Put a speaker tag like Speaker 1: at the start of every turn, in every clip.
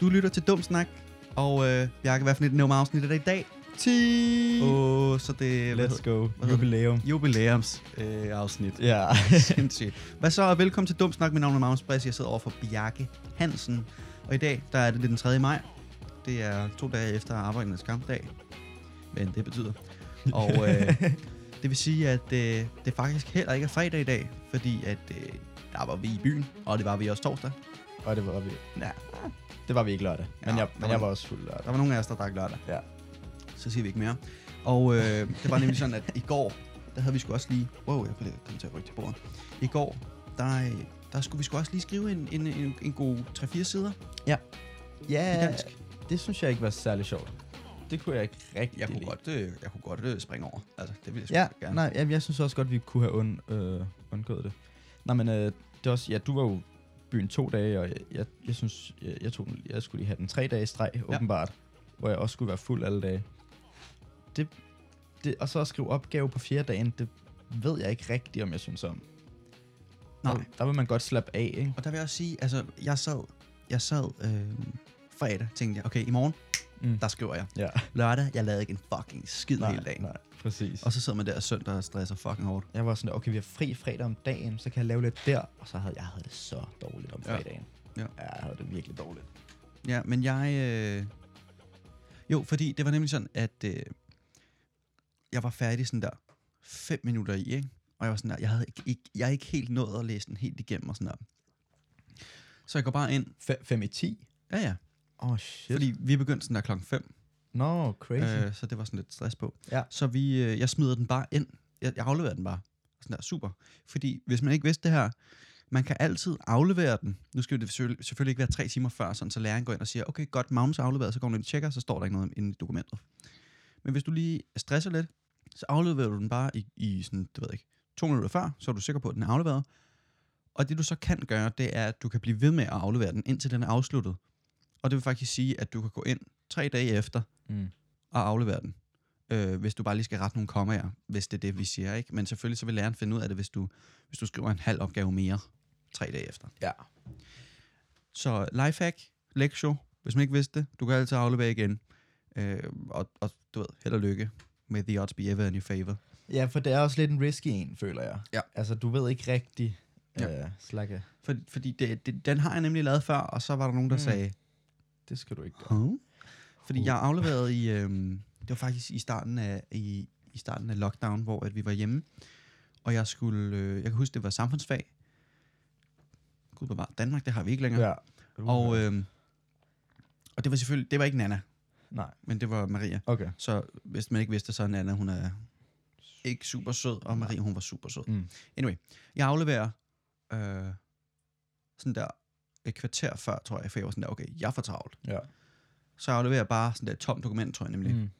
Speaker 1: Du lytter til Dum Snak, og øh, Bjarke, hvad for et nummer afsnit er det i dag?
Speaker 2: 10!
Speaker 1: Åh, oh, så det hvad
Speaker 2: Mm. Let's
Speaker 1: hedder-
Speaker 2: go.
Speaker 1: hedder det?
Speaker 2: Jubilæum.
Speaker 1: jubilæums øh, afsnit.
Speaker 2: Ja.
Speaker 1: Sindssygt. Hvad så, og velkommen til Dum Snak. Mit navn er Magnus Bress, jeg sidder over for Bjarke Hansen. Og i dag, der er det den 3. maj. Det er to dage efter arbejdernes kampdag. Men det betyder. Og øh, det vil sige, at øh, det faktisk heller ikke er fredag i dag, fordi at øh, der var vi i byen, og det var vi også torsdag.
Speaker 2: Og det var vi.
Speaker 1: Ja,
Speaker 2: Det var vi ikke lørdag. Men,
Speaker 1: Ja,
Speaker 2: jeg,
Speaker 1: der
Speaker 2: men jeg
Speaker 1: var-
Speaker 2: var også fuld lørdag.
Speaker 1: der var nogen af os, der drak lørdag.
Speaker 2: Ja.
Speaker 1: så siger vi ikke mere. Og øh, det var nemlig sådan, at i går, der havde vi sgu også lige... Wow, jeg blev kom til at rykke til bordet. I går, der, øh, der skulle vi sgu også lige skrive en, en, en, en god 3-4 sider i
Speaker 2: Ja,
Speaker 1: dansk.
Speaker 2: det synes jeg ikke var særlig sjovt. Det kunne jeg ikke rigtig
Speaker 1: Jeg kunne
Speaker 2: lide.
Speaker 1: godt, øh, jeg kunne godt øh, springe over. Altså, det ville jeg sgu
Speaker 2: Ja,
Speaker 1: gerne.
Speaker 2: nej, jamen, jeg synes også godt, vi kunne have und, øh, undgået det. Nej, men øh, det er også, ja, du var jo i byen to dage, og jeg, jeg, jeg synes, jeg, jeg, tog den, jeg skulle lige have den tre dage i streg,
Speaker 1: Ja.
Speaker 2: ja. åbenbart, hvor jeg også skulle være fuld alle dage. Det, det, og så at skrive opgave på fjerde dagen, det ved jeg ikke rigtigt, om jeg synes om.
Speaker 1: Nej.
Speaker 2: Der, der vil man godt slappe af, ikke?
Speaker 1: Og der vil jeg også sige, altså, jeg sad, jeg sad øh, fredag, tænkte jeg, okay, i morgen,
Speaker 2: Mm.
Speaker 1: der skriver jeg.
Speaker 2: Ja.
Speaker 1: Lørdag, jeg lavede ikke en fucking skid nej, hele dagen. Nej.
Speaker 2: nej, præcis.
Speaker 1: Og så sidder man der søndag og stresser fucking hårdt.
Speaker 2: Jeg var sådan, der, okay, vi har fri fredag om dagen, så kan jeg lave lidt der. Og så havde jeg havde det så dårligt om
Speaker 1: Ja.
Speaker 2: fredagen.
Speaker 1: Ja.
Speaker 2: ja jeg havde det virkelig dårligt.
Speaker 1: Ja, men jeg... Øh... Jo, fordi det var nemlig sådan, at øh... jeg var færdig sådan der fem minutter i, ikke? Og jeg var sådan der, jeg havde ikke, ikke, jeg havde ikke helt nået at læse den helt igennem og sådan der. Så jeg går bare ind.
Speaker 2: 5 i 10?
Speaker 1: Ja, ja.
Speaker 2: Åh, oh, shit.
Speaker 1: Fordi vi begyndte sådan der klokken 5,
Speaker 2: Nå, no, crazy. Øh,
Speaker 1: øh, så det var sådan lidt stress på.
Speaker 2: Ja.
Speaker 1: Så vi, øh, jeg smider den bare ind. Jeg, jeg afleverer den bare. Sådan der, super. Fordi hvis man ikke vidste det her, man kan altid aflevere den. Nu skal det selvfølgelig selvfølgelig ikke være tre timer før, sådan, så læreren går ind og siger, okay, godt, Magnus er afleveret, så går man ind og tjekker, så står der ikke noget inde i dokumentet. Men hvis du lige stresser lidt, så afleverer du den bare i, i sådan, det ved jeg ikke, to minutter før, så er du sikker på, at den er afleveret. Og det du så kan gøre, det er, at du kan blive ved med at aflevere den, indtil den er afsluttet. Og det vil faktisk sige, at du kan gå ind tre dage efter
Speaker 2: mm.
Speaker 1: og aflevere den. Øh, hvis du bare lige skal rette nogle kommaer, hvis det er det, vi siger. ikke. Men selvfølgelig så vil læreren finde ud af det, hvis du, hvis du skriver en halv opgave mere tre dage efter.
Speaker 2: Ja.
Speaker 1: Så lifehack, lektio, hvis man ikke vidste det, du kan altid aflevere igen. Øh, og, og du ved, held og lykke. May the odds be ever in your favor.
Speaker 2: Ja, for det er også lidt en risky en, føler jeg.
Speaker 1: Ja.
Speaker 2: Altså, du ved ikke rigtig
Speaker 1: Ja.
Speaker 2: ja. øh, slakke.
Speaker 1: For, fordi det, det, den har jeg nemlig lavet før, og så var der nogen, der mm.
Speaker 2: Mm.
Speaker 1: sagde,
Speaker 2: Det skal du ikke gøre.
Speaker 1: huh? Fordi
Speaker 2: Huh.
Speaker 1: jeg afleverede i, øhm, det var faktisk i starten af, i, i starten af lockdown, hvor at vi var hjemme, og jeg skulle, øh, jeg kan huske, det var samfundsfag. Gud bevare, Danmark, det har vi ikke længere. Ja. Og, øhm, og det var selvfølgelig, det var ikke Nana,
Speaker 2: nej,
Speaker 1: men det var Maria.
Speaker 2: okay.
Speaker 1: Så hvis man ikke vidste, så er Nana, hun er ikke super sød, og Marie, hun var super sød.
Speaker 2: Mm.
Speaker 1: Anyway, jeg afleverer øh, sådan der et kvarter før, tror jeg, for jeg var sådan der, okay, jeg får travlt.
Speaker 2: Ja.
Speaker 1: Så jeg afleverer bare sådan der et tomt dokument, tror jeg nemlig. Mm.
Speaker 2: Mm.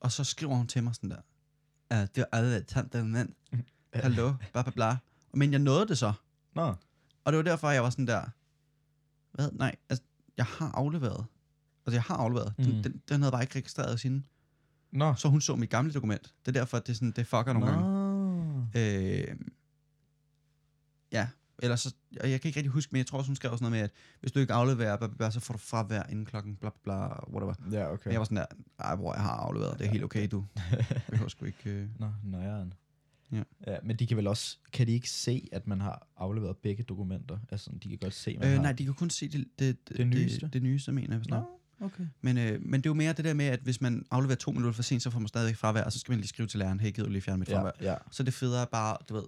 Speaker 1: Og så skriver hun til mig sådan der, "Ja, det er aldrig et tomt dokument, hallo, bla bla bla. Men jeg nåede det så,
Speaker 2: Nå,
Speaker 1: og det var derfor, jeg var sådan der, hvad, nej, altså, jeg har afleveret. Altså, jeg har afleveret. Den,
Speaker 2: Mm.
Speaker 1: den, den havde bare ikke registreret sin.
Speaker 2: nå.
Speaker 1: Så hun så mit gamle dokument. Det er derfor, at det, er sådan, det fucker nogle
Speaker 2: nå.
Speaker 1: gange. Øh, ja, ellers så, og jeg kan ikke rigtig huske, men jeg tror også, hun skrev sådan noget med, at hvis du ikke afleverer, bla, bla, bla, så får du fravær inden klokken, bla bla bla, whatever. Okay.
Speaker 2: Ja, okay.
Speaker 1: Men jeg var sådan der, ej bror, jeg har afleveret, det er helt okay, du behøver sgu ikke... Øh.
Speaker 2: Nå, nøjeren.
Speaker 1: Ja.
Speaker 2: ja. Men de kan vel også, kan de ikke se, at man har afleveret begge dokumenter? Altså, de kan godt se, man
Speaker 1: Øh,
Speaker 2: har...
Speaker 1: nej, de kan kun se det, det,
Speaker 2: Det nyeste?
Speaker 1: Det, det nyeste, mener jeg. hvis nok.
Speaker 2: Nå, okay.
Speaker 1: Men, øh, men det er jo mere det der med, at hvis man afleverer to minutter for sent, så får man stadigvæk fravær, og så skal man lige skrive til læreren, hey, gider du lige fjerne mit
Speaker 2: Ja,
Speaker 1: fravær?
Speaker 2: ja.
Speaker 1: Så er det federe bare, du ved,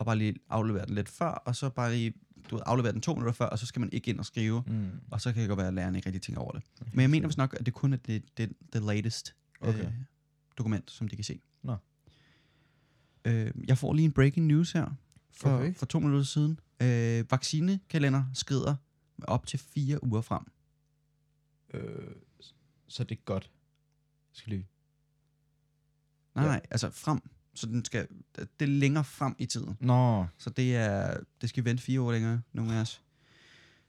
Speaker 1: at bare lige aflevere den lidt før, og så bare lige, du ved, aflevere den to minutter før, og så skal man ikke ind og skrive,
Speaker 2: Mm.
Speaker 1: og så kan det godt være, at lærerne ikke rigtig tænker over det. Men jeg mener vist nok, at det kun er det, det, det latest okay.
Speaker 2: Okay.
Speaker 1: øh, dokument, som de kan se.
Speaker 2: Nå.
Speaker 1: Øh, jeg får lige en breaking news her for, okay.
Speaker 2: Okay.
Speaker 1: for to minutter siden. Øh, vaccinekalender skrider med op til fire uger frem.
Speaker 2: Øh, s- så det er godt. Jeg skal lige...
Speaker 1: Nej, ja.
Speaker 2: Ja.
Speaker 1: nej, altså frem. Så den skal, det er længere frem i tiden.
Speaker 2: Nå.
Speaker 1: Så det er, det skal vi vente fire år længere, nogle af os.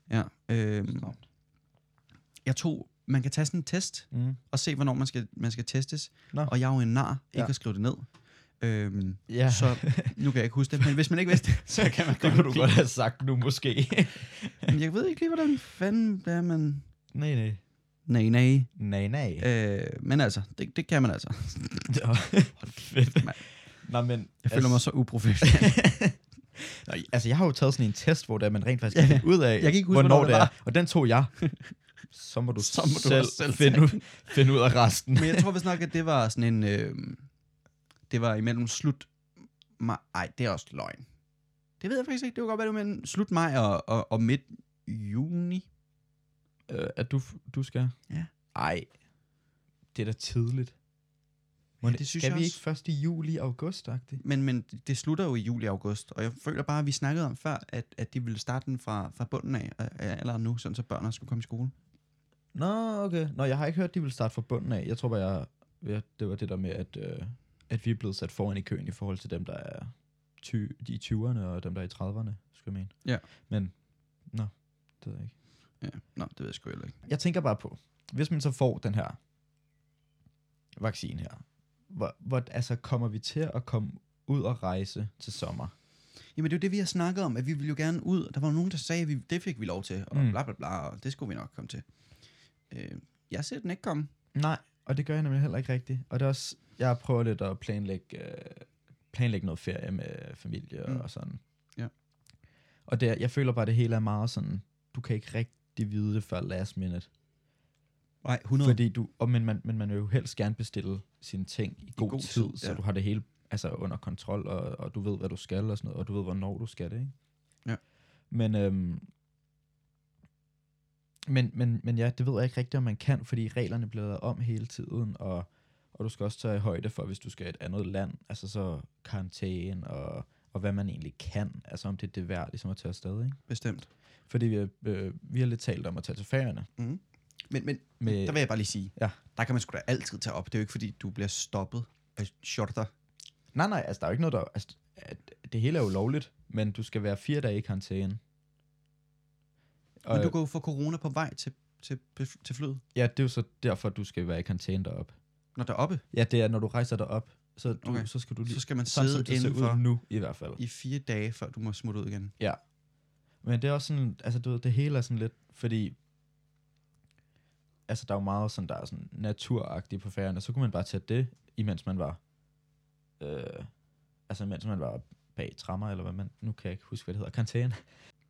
Speaker 1: Ja, øh, jeg tog, man kan tage sådan en test,
Speaker 2: Mm.
Speaker 1: og se, hvornår man skal, man skal testes. Nå.
Speaker 2: Nå.
Speaker 1: Og jeg er jo en nar, ikke
Speaker 2: Ja.
Speaker 1: at skrive det ned. Øhm,
Speaker 2: Ja.
Speaker 1: Så nu kan jeg ikke huske det, men hvis man ikke vidste det, så kan man
Speaker 2: det kunne du godt have sagt nu, måske.
Speaker 1: Men jeg ved ikke lige, hvordan fanden det er, man...
Speaker 2: Nej, nej.
Speaker 1: Nej, nej.
Speaker 2: Nej, nej.
Speaker 1: Øh, men altså, det, det kan man altså.
Speaker 2: Hold kæft,
Speaker 1: mand.
Speaker 2: Nå, men...
Speaker 1: Jeg føler mig så uprofessionel.
Speaker 2: Nå, altså, jeg har jo taget sådan en test, hvor det er, man rent faktisk
Speaker 1: Ja.
Speaker 2: kan finde ud af,
Speaker 1: Jeg kan ikke huske,
Speaker 2: hvornår
Speaker 1: hvornår
Speaker 2: det
Speaker 1: det
Speaker 2: er. Og den tog jeg. Så må du,
Speaker 1: Så må du
Speaker 2: selv,
Speaker 1: også selv
Speaker 2: finde,
Speaker 1: tage
Speaker 2: ud, finde ud af resten.
Speaker 1: Men jeg tror vist nok, at det var sådan en... Øh, det var imellem slut... Maj. Ej, det er også løgn. Det ved jeg faktisk ikke. Det var godt være, det var mellem slut maj og, og, og midt juni.
Speaker 2: Øh, at du, du skal?
Speaker 1: Ja.
Speaker 2: Ej, det er da tidligt. Må
Speaker 1: Ja, det synes
Speaker 2: skal
Speaker 1: jeg
Speaker 2: vi
Speaker 1: også.
Speaker 2: ikke først i juli, august -agtigt?
Speaker 1: Men, men det slutter jo i juli og august, og jeg føler bare, at vi snakkede om før, at, at de ville starte den fra, fra bunden af, øh, allerede nu, sådan så børnene skulle komme i skole.
Speaker 2: Nå, okay. Nå, jeg har ikke hørt, at de vil starte fra bunden af. Jeg tror bare, jeg, ja, det var det der med, at, øh, at vi er blevet sat foran i køen i forhold til dem, der er ty, de i 20'erne og dem, der er i 30'erne, skulle jeg mene.
Speaker 1: Ja.
Speaker 2: Men, nå, det ved jeg ikke.
Speaker 1: Ja, nå, det ved jeg sgu heller ikke.
Speaker 2: Jeg tænker bare på, hvis man så får den her vaccine her, hvor, hvor altså, kommer vi til at komme ud og rejse til sommer?
Speaker 1: Jamen det er jo det, vi har snakket om, at vi ville jo gerne ud. Der var jo nogen, der sagde, at vi, det fik vi lov til, og
Speaker 2: Mm.
Speaker 1: mm. bla bla bla, og det skulle vi nok komme til. Øh, jeg ser den ikke komme.
Speaker 2: Nej, og det gør jeg nemlig heller ikke rigtigt. Og det er også, jeg prøver lidt at planlægge, øh, planlægge noget ferie med familie mm.
Speaker 1: Mm.
Speaker 2: og sådan.
Speaker 1: Ja.
Speaker 2: Og det, er- jeg føler bare, at det hele er meget sådan, du kan ikke rigtig vide det før last minute.
Speaker 1: Nej, 100.
Speaker 2: Fordi du, og men, man, men man vil jo helst gerne bestille sine ting i god,
Speaker 1: god
Speaker 2: tid,
Speaker 1: tid,
Speaker 2: så
Speaker 1: ja.
Speaker 2: du har det hele altså, under kontrol, og, og du ved, hvad du skal og sådan noget, og du ved, hvornår du skal det, ikke?
Speaker 1: Ja.
Speaker 2: Men, øhm, men, men, men ja, det ved jeg ikke rigtigt, om man kan, fordi reglerne bliver lavet om hele tiden, og, og du skal også tage højde for, hvis du skal et andet land, altså så karantæne og, og hvad man egentlig kan, altså om det er det værd ligesom at tage afsted, ikke?
Speaker 1: Bestemt.
Speaker 2: Fordi vi, har, øh, vi har lidt talt om at tage til færgerne.
Speaker 1: Mm. Men, men
Speaker 2: Med-
Speaker 1: Med... der vil jeg bare lige sige,
Speaker 2: Ja.
Speaker 1: der kan man sgu da altid tage op. Det er jo ikke, fordi du bliver stoppet af shorter.
Speaker 2: Nej, nej, altså der er jo ikke noget, der... Altså, at det hele er jo lovligt, men du skal være fire dage i karantæne. Og,
Speaker 1: Men du kan jo få corona på vej til, til, til flyet,
Speaker 2: Ja, det er jo så derfor, du skal være i karantæne derop.
Speaker 1: når der er oppe.
Speaker 2: Ja, det er, når du rejser derop, så, du, okay.
Speaker 1: Okay.
Speaker 2: så skal du lige...
Speaker 1: Så skal man
Speaker 2: sådan, som
Speaker 1: sidde
Speaker 2: det ser ud
Speaker 1: indenfor
Speaker 2: nu, i hvert fald.
Speaker 1: i fire dage, før du må smutte ud igen.
Speaker 2: Men det er også sådan, altså du ved, det hele er sådan lidt, fordi altså der er jo meget sådan, der er sådan naturagtigt på færgerne, så kunne man bare tage det, imens man var, øh, altså mens man var bag trammer, eller hvad man, nu kan jeg ikke huske, hvad det hedder, karantæne.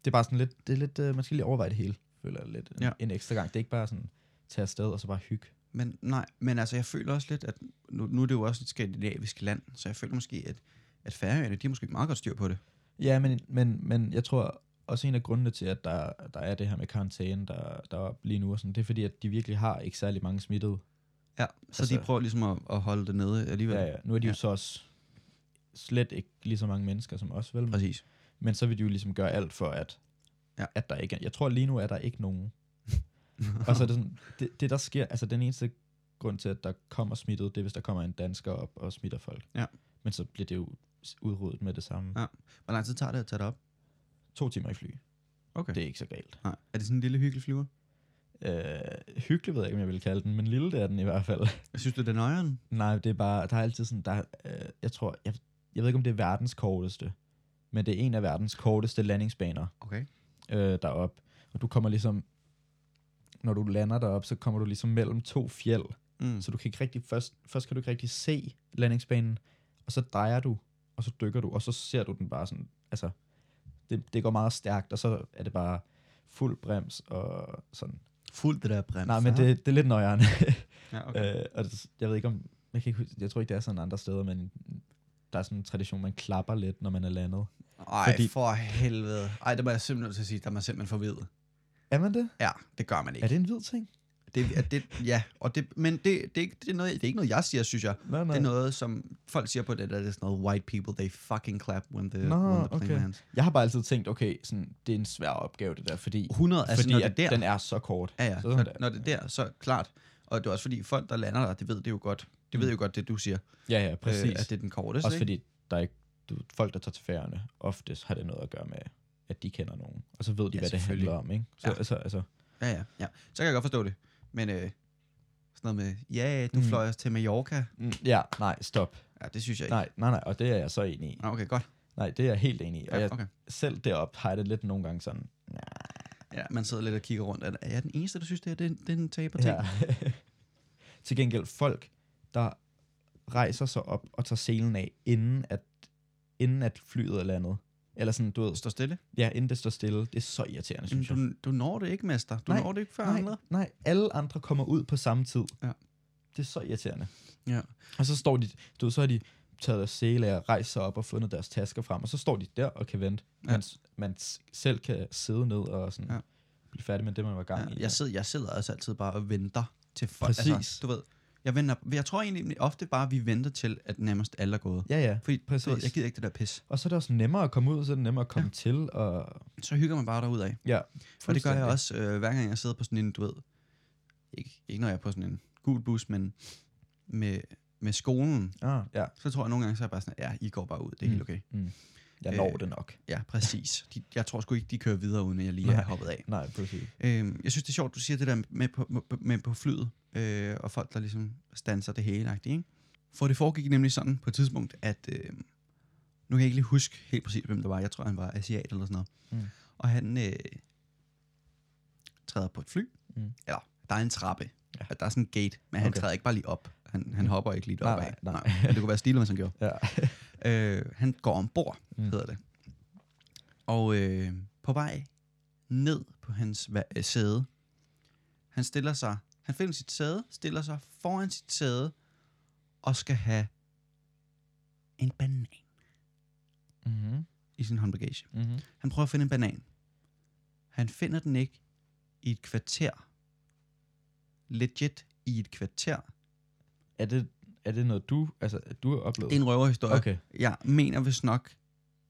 Speaker 2: Det er bare sådan lidt, det er lidt, øh, man skal lige overveje det hele, føler jeg lidt, en, ja.
Speaker 1: Ja.
Speaker 2: en ekstra gang. Det er ikke bare sådan, tage afsted og så bare hygge.
Speaker 1: Men nej, men altså jeg føler også lidt, at nu, nu er det jo også et skandinavisk land, så jeg føler måske, at, at færøerne, de har måske meget godt styr på det.
Speaker 2: Ja, men, men, men jeg tror også en af grundene til, at der, der er det her med karantæne, der, der er lige nu, og sådan, det er fordi, at de virkelig har ikke særlig mange smittede.
Speaker 1: Ja, så
Speaker 2: Altså-
Speaker 1: altså, de prøver ligesom at, at holde det nede alligevel.
Speaker 2: Ja,
Speaker 1: Ja, ja.
Speaker 2: ja. Nu er de ja. jo
Speaker 1: Ja.
Speaker 2: så også slet ikke lige så mange mennesker som os, vel? Men,
Speaker 1: Præcis.
Speaker 2: men så vil de jo ligesom gøre alt for, at, ja.
Speaker 1: Ja.
Speaker 2: at der ikke er... Jeg tror lige nu, er der ikke nogen. og så er det sådan, det, det der sker, altså den eneste grund til, at der kommer smittet, det er, hvis der kommer en dansker op og smitter folk.
Speaker 1: Ja.
Speaker 2: Men så bliver det jo s- udryddet med det samme. Ja.
Speaker 1: Ja. Hvor lang tid tager det at tage det op?
Speaker 2: To timer i fly.
Speaker 1: Okay.
Speaker 2: Det er ikke så galt.
Speaker 1: Nej. Er det sådan en lille hyggelig flyver?
Speaker 2: Øh, hyggelig ved jeg ikke, om jeg vil kalde den, men lille det er den i hvert fald.
Speaker 1: Synes du, det er nøjeren?
Speaker 2: Nej, det er bare, der er altid sådan, der, øh, jeg tror, jeg, jeg ved ikke, om det er verdens korteste, men det er en af verdens korteste landingsbaner
Speaker 1: Okay.
Speaker 2: øh, derop. Og du kommer ligesom, når du lander derop, så kommer du ligesom mellem to fjeld,
Speaker 1: Mm.
Speaker 2: så du kan ikke rigtig, først, først kan du ikke rigtig se landingsbanen, og så drejer du, og så dykker du, og så ser du den bare sådan, altså, det, det går meget stærkt, og så er det bare fuld brems og sådan.
Speaker 1: Fuldt det der brems.
Speaker 2: Nej, men det, det er lidt nøjeren.
Speaker 1: Ja, okay.
Speaker 2: Okay. Øh, og det, jeg ved ikke om, jeg, kan ikke huske, jeg tror ikke, det er sådan andre steder, men der er sådan en tradition, man klapper lidt, når man er landet.
Speaker 1: Ej,
Speaker 2: Øh, fordi-
Speaker 1: fordi... for helvede. Ej, det må jeg simpelthen nødt til at sige, der er man simpelthen forvirret.
Speaker 2: Er man det?
Speaker 1: Ja, det gør man ikke.
Speaker 2: Er det en hvid ting?
Speaker 1: Det, er det, ja, og det, men det, det, er ikke- det, er noget, det er ikke noget, jeg siger, synes jeg.
Speaker 2: Nej,
Speaker 1: Det
Speaker 2: nej.
Speaker 1: er noget, som folk siger på det der, det er sådan noget, white people, they fucking clap when the,
Speaker 2: Nå,
Speaker 1: when the plane
Speaker 2: okay.
Speaker 1: lands.
Speaker 2: Jeg har bare altid tænkt, okay, sådan, det er en svær opgave, det der, fordi,
Speaker 1: 100, altså
Speaker 2: fordi
Speaker 1: når det
Speaker 2: at
Speaker 1: er der,
Speaker 2: den er så kort.
Speaker 1: ja, ja,
Speaker 2: sådan
Speaker 1: når,
Speaker 2: der.
Speaker 1: når det er der, så klart. Og det er også fordi, folk, der lander der, det ved det jo godt. Det ved jo godt, det du siger,
Speaker 2: Ja, ja, Mm. præcis.
Speaker 1: øh, at det er den korteste.
Speaker 2: Også
Speaker 1: ikke?
Speaker 2: fordi, der er ikke, du, folk, der tager til færgerne, oftest har det noget at gøre med, at de kender nogen. Og så ved de, ja,
Speaker 1: Ja,
Speaker 2: hvad det
Speaker 1: selvfølgelig.
Speaker 2: handler om, ikke? Så, ja.
Speaker 1: Ja.
Speaker 2: altså, altså,
Speaker 1: Ja, ja, ja. Så kan jeg godt forstå det. Men øh, sådan noget med, ja, du
Speaker 2: Mm.
Speaker 1: mm. fløj os til Mallorca.
Speaker 2: mm, ja, nej, stop.
Speaker 1: Ja, det synes jeg ikke.
Speaker 2: Nej, nej, nej, og det er jeg så enig i.
Speaker 1: Nå, Okay, godt.
Speaker 2: Nej, det er jeg helt enig i. Og jeg,
Speaker 1: Ja, okay.
Speaker 2: selv deroppe har jeg det lidt nogle gange sådan,
Speaker 1: Ja, man sidder lidt og kigger rundt. Er er jeg den eneste, der synes, det her det er, det er en taberting?
Speaker 2: Ja. Til gengæld folk, der rejser sig op og tager selen af, inden at, inden at flyet er landet. Eller sådan, du ved,
Speaker 1: Står stille.
Speaker 2: ja, inden det står stille. Det er så irriterende, synes jeg.
Speaker 1: Du, du når det ikke, mester. Du
Speaker 2: Nej,
Speaker 1: når det ikke før
Speaker 2: Nej,
Speaker 1: andre.
Speaker 2: nej, alle andre kommer ud på samme tid.
Speaker 1: Ja.
Speaker 2: Det er så irriterende.
Speaker 1: Ja.
Speaker 2: Og så står de, du ved, så har de taget deres sele af, rejst sig op og fundet deres tasker frem, og så står de der og kan vente,
Speaker 1: Ja.
Speaker 2: ja. mens man s- selv kan sidde ned og sådan
Speaker 1: Ja.
Speaker 2: ja. blive færdig med det, man var i gang
Speaker 1: Ja,
Speaker 2: i.
Speaker 1: jeg, sidder, jeg sidder også altid bare og venter til folk. Altså,
Speaker 2: Præcis.
Speaker 1: du ved, jeg, venter, jeg tror egentlig ofte bare, at vi venter til, at nærmest alle er gået.
Speaker 2: ja, ja.
Speaker 1: Fordi Præcis. Du ved,
Speaker 2: Præcis.
Speaker 1: jeg gider ikke det der pis.
Speaker 2: Og så er det også nemmere at komme ud, og så er det nemmere at komme ja. til. Og,
Speaker 1: Så hygger man bare derud af.
Speaker 2: ja,
Speaker 1: Og det gør jeg
Speaker 2: fuldstændig.
Speaker 1: også, øh, hver gang jeg sidder på sådan en, du ved, ikke, ikke når jeg er på sådan en gul bus, men med, med skolen,
Speaker 2: Ah, ja.
Speaker 1: så tror jeg nogle gange, så er jeg bare sådan, ja, I går bare ud, det er
Speaker 2: Mm.
Speaker 1: helt okay.
Speaker 2: Jeg
Speaker 1: Øh,
Speaker 2: når det nok.
Speaker 1: Ja, præcis. De, jeg tror sgu ikke, de kører videre, uden at jeg lige er
Speaker 2: Nej.
Speaker 1: hoppet af.
Speaker 2: Nej, præcis.
Speaker 1: Øhm, jeg synes, det er sjovt, du siger det der med på, med- med på flyet, øh, og folk, der ligesom stanser det hele, ikke? For det foregik nemlig sådan på et tidspunkt, at øh, nu kan jeg ikke lige huske helt præcis, hvem det var. Jeg tror, han var asiat eller sådan noget.
Speaker 2: Mm.
Speaker 1: Og han øh, træder på et fly.
Speaker 2: Mm.
Speaker 1: Eller, der er en trappe.
Speaker 2: Ja.
Speaker 1: Ja. Der er sådan en gate, men han
Speaker 2: Okay. Mm.
Speaker 1: træder ikke bare lige op. Han, han hopper ikke lige
Speaker 2: Nej,
Speaker 1: op af.
Speaker 2: nej, nej.
Speaker 1: Men det kunne være stilet, hvis han gjorde.
Speaker 2: Ja.
Speaker 1: Øh, han går ombord, mm.
Speaker 2: Mm.
Speaker 1: hedder det. Og øh, på vej ned på hans va- øh, sæde, han stiller sig, han finder sit sæde, stiller sig foran sit sæde, og skal have en banan
Speaker 2: Mm-hmm.
Speaker 1: i sin håndbagage.
Speaker 2: Mm-hmm.
Speaker 1: Han prøver at finde en banan. Han finder den ikke i et kvarter. Legit i et kvarter.
Speaker 2: Er, det, er det noget, du, altså, du har oplevet?
Speaker 1: Det er en røverhistorie.
Speaker 2: okay.
Speaker 1: Jeg mener vist nok,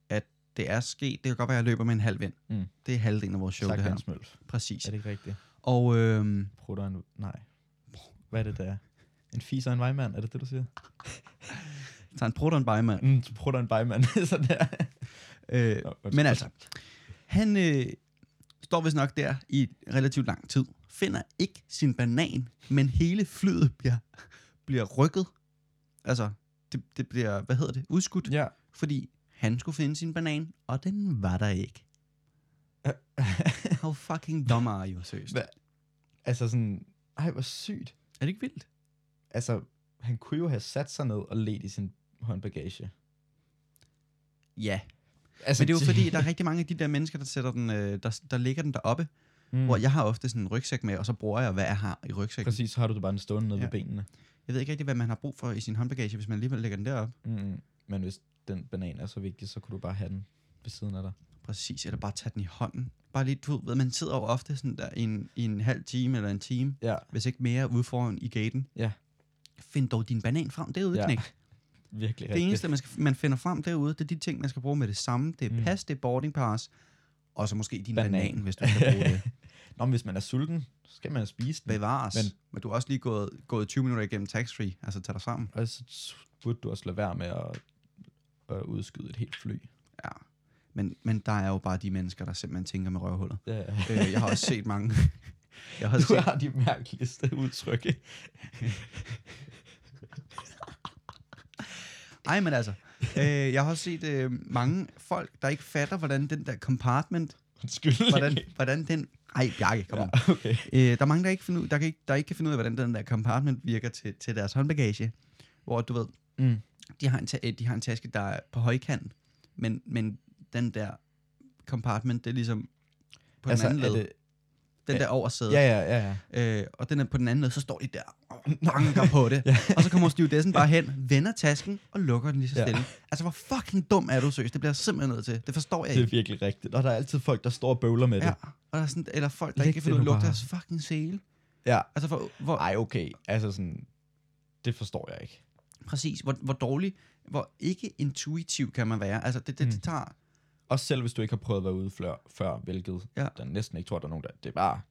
Speaker 1: at det er sket. Det kan godt være, at jeg løber med en halv vind.
Speaker 2: Mm.
Speaker 1: Det er halvdelen af vores show,
Speaker 2: Sagt
Speaker 1: det her.
Speaker 2: Hans Mølf.
Speaker 1: Præcis.
Speaker 2: Er det ikke rigtigt?
Speaker 1: Og øhm,
Speaker 2: Prutter en... Nej. Hvad er det, der er? En fis og en vejmand, er det det, du siger?
Speaker 1: så han prutter en bajmand.
Speaker 2: Mm, så prutter en vejmand, sådan der.
Speaker 1: Øh,
Speaker 2: Nå,
Speaker 1: men altså, han øh, står vist nok der i relativt lang tid. Finder ikke sin banan, men hele flyet bliver, bliver rykket. Altså, det, det bliver, hvad hedder det, udskudt.
Speaker 2: Ja.
Speaker 1: Fordi han skulle finde sin banan, og den var der ikke. How fucking dumb are you, seriøst?
Speaker 2: Hva- altså sådan... Ej, hvor sygt.
Speaker 1: Er det ikke vildt?
Speaker 2: Altså, han kunne jo have sat sig ned og let i sin håndbagage.
Speaker 1: Ja,
Speaker 2: Altså,
Speaker 1: men det er jo fordi, der er rigtig mange af de der mennesker, der, sætter den, øh, der, der ligger den deroppe,
Speaker 2: Mm,
Speaker 1: mm. hvor jeg har ofte sådan en rygsæk med, og så bruger jeg, hvad jeg har i rygsækken.
Speaker 2: Præcis, så har du det bare den stående nede
Speaker 1: Ja.
Speaker 2: ja. ved benene.
Speaker 1: Jeg ved ikke rigtig, hvad man har brug for i sin håndbagage, hvis man alligevel lægger den derop.
Speaker 2: Mm, men hvis den banan er så vigtig, så kunne du bare have den ved siden af dig.
Speaker 1: Præcis, eller bare tage den i hånden. Bare lige, du ved, man sidder jo ofte sådan der i en, i en halv time eller en time,
Speaker 2: Ja.
Speaker 1: hvis ikke mere, ude foran i gaten.
Speaker 2: Ja.
Speaker 1: Find dog din banan frem derude, ja.
Speaker 2: Ja,
Speaker 1: knæk.
Speaker 2: Virkelig
Speaker 1: Det eneste, man, skal, man finder frem derude, det er de ting, man skal bruge med det samme. Det er mm.
Speaker 2: Mm.
Speaker 1: pas, det er boarding pass, og så måske din banan,
Speaker 2: Banan.
Speaker 1: banan hvis du skal bruge det.
Speaker 2: Nå, men hvis man er sulten, så skal man spise den.
Speaker 1: Bevares. Men,
Speaker 2: Men-
Speaker 1: Men du er også lige gået, gået 20 minutter igennem tax-free, altså tag dig sammen.
Speaker 2: Og så burde du også lade være med at, at udskyde et helt fly.
Speaker 1: Ja. Men, men der er jo bare de mennesker, der simpelthen tænker med røvhullet.
Speaker 2: Ja.
Speaker 1: øh, jeg har også set mange. jeg har
Speaker 2: Du
Speaker 1: set,
Speaker 2: har de mærkeligste udtryk. ikke?
Speaker 1: ej, men altså, øh, jeg har også set øh, mange folk, der ikke fatter, hvordan den der compartment,
Speaker 2: Undskyld.
Speaker 1: hvordan, hvordan den... Ej, Bjarke, kom
Speaker 2: Ja,
Speaker 1: ja.
Speaker 2: okay.
Speaker 1: øh, Der er mange, der ikke, finder ud, der, kan ikke, der ikke kan finde ud af, hvordan den der compartment virker til, til deres håndbagage. Hvor du ved,
Speaker 2: Mm.
Speaker 1: de har en, ta- øh, de har en taske, der er på højkant, men, men den der compartment, det er ligesom på altså, den anden
Speaker 2: er
Speaker 1: led.
Speaker 2: det,
Speaker 1: den
Speaker 2: ja.
Speaker 1: der overside.
Speaker 2: ja, ja, ja, ja.
Speaker 1: Øh, og den er på den anden led, så står de der og banker på det. ja.
Speaker 2: Ja.
Speaker 1: Og så kommer stewardessen bare hen, vender tasken og lukker den lige så
Speaker 2: Ja.
Speaker 1: stille. Altså, hvor fucking dum er du, seriøst? Det bliver jeg simpelthen nødt til. Det forstår jeg
Speaker 2: Det
Speaker 1: ikke.
Speaker 2: er virkelig rigtigt. Og der er altid folk, der står og bøvler med
Speaker 1: Ja,
Speaker 2: det.
Speaker 1: og der er sådan, eller folk, der
Speaker 2: Læg
Speaker 1: ikke kan finde ud af
Speaker 2: det
Speaker 1: at
Speaker 2: nu
Speaker 1: lukke
Speaker 2: bare.
Speaker 1: deres fucking sele.
Speaker 2: Ja.
Speaker 1: Altså, hvor, hvor,
Speaker 2: Ej, okay. Altså sådan, det forstår jeg ikke.
Speaker 1: præcis, hvor, hvor dårlig, hvor ikke intuitiv kan man være. Altså, det, det, det
Speaker 2: Mm.
Speaker 1: tager...
Speaker 2: Også selv hvis du ikke har prøvet at være ude før, før hvilket
Speaker 1: Ja.
Speaker 2: der næsten ikke tror, der er nogen, der... Det er bare...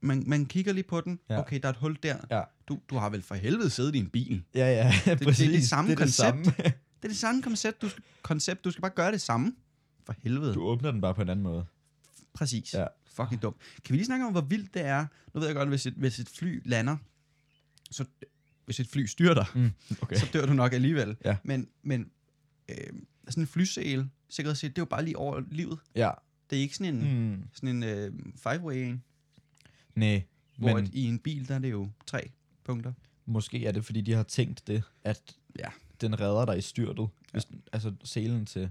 Speaker 1: Man, man kigger lige på den.
Speaker 2: Ja.
Speaker 1: Okay, der er et hul der.
Speaker 2: Ja.
Speaker 1: Du, du har vel for helvede siddet i en bil.
Speaker 2: Ja, ja, det,
Speaker 1: det er det samme koncept.
Speaker 2: samme.
Speaker 1: Det er det samme koncept. Du skal, koncept. Du skal bare gøre det samme. For helvede.
Speaker 2: Du åbner den bare på en anden måde.
Speaker 1: Præcis. Ja.
Speaker 2: Ja.
Speaker 1: Fucking dumt. Kan vi lige snakke om, hvor vildt det er? Nu ved jeg godt, hvis et, hvis et fly lander, så hvis et fly styrter,
Speaker 2: Mm. Okay.
Speaker 1: så dør du nok alligevel.
Speaker 2: Ja.
Speaker 1: Men, men øh, sådan en flysæl, sikkert set, det er jo bare lige over livet.
Speaker 2: Ja,
Speaker 1: Det er ikke sådan en, mm.
Speaker 2: Mm.
Speaker 1: sådan en øh, five-way en,
Speaker 2: Nej,
Speaker 1: hvor
Speaker 2: men
Speaker 1: at i en bil, der er det jo tre punkter.
Speaker 2: måske er det, fordi de har tænkt det, at
Speaker 1: Ja.
Speaker 2: den redder dig i styrtet. Hvis, den- Altså selen til...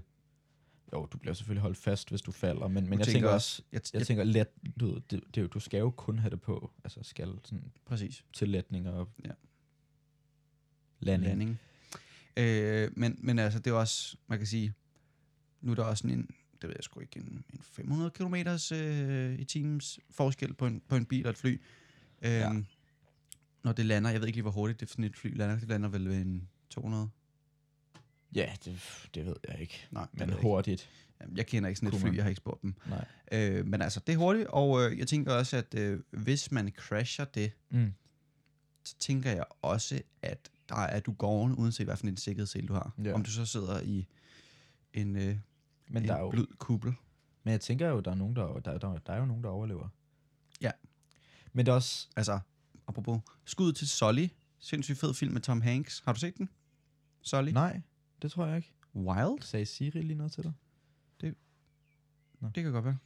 Speaker 2: Jo, du bliver selvfølgelig holdt fast, hvis du falder, men, men jeg
Speaker 1: tænker
Speaker 2: tænker også,
Speaker 1: Jeg,
Speaker 2: jeg tænker let, du, ved, det, det, er jo- du skal jo kun have det på, altså skal sådan
Speaker 1: præcis.
Speaker 2: til letning og
Speaker 1: Ja.
Speaker 2: landing. landing.
Speaker 1: landing. Øh, men, men altså, det er også, man kan sige, nu er der også sådan en, det ved jeg sgu ikke, en, en 500 km øh, i timens forskel på en, på en bil og et fly. Øh,
Speaker 2: Ja.
Speaker 1: ja. Når det lander, jeg ved ikke lige, hvor hurtigt det sådan et fly lander, det lander vel ved en 200?
Speaker 2: Ja, det, det ved jeg ikke.
Speaker 1: Nej, det
Speaker 2: Men
Speaker 1: ved jeg,
Speaker 2: hurtigt.
Speaker 1: ikke. Jamen, jeg kender ikke sådan et
Speaker 2: Kunne
Speaker 1: fly,
Speaker 2: man.
Speaker 1: jeg har ikke spurgt dem.
Speaker 2: Nej.
Speaker 1: Øh, men altså, det er hurtigt, og øh, jeg tænker også, at øh, hvis man crasher det,
Speaker 2: Mm.
Speaker 1: så tænker jeg også, at der er du gården, uanset hvad for en sikkerhedssel du har.
Speaker 2: Ja.
Speaker 1: Ja. Om du så sidder i en, øh,
Speaker 2: Men,
Speaker 1: en
Speaker 2: der er jo,
Speaker 1: blød kuppel.
Speaker 2: men jeg tænker jo, der er, nogen, der, der, der, der er jo nogen, der overlever.
Speaker 1: Ja.
Speaker 2: Men det er også...
Speaker 1: Altså, apropos, skud til Solly. Sindssygt fed film med Tom Hanks. Har du set den? Solly?
Speaker 2: Nej, det tror jeg ikke.
Speaker 1: Wild?
Speaker 2: Sagde Siri lige noget til dig?
Speaker 1: Det kan godt være.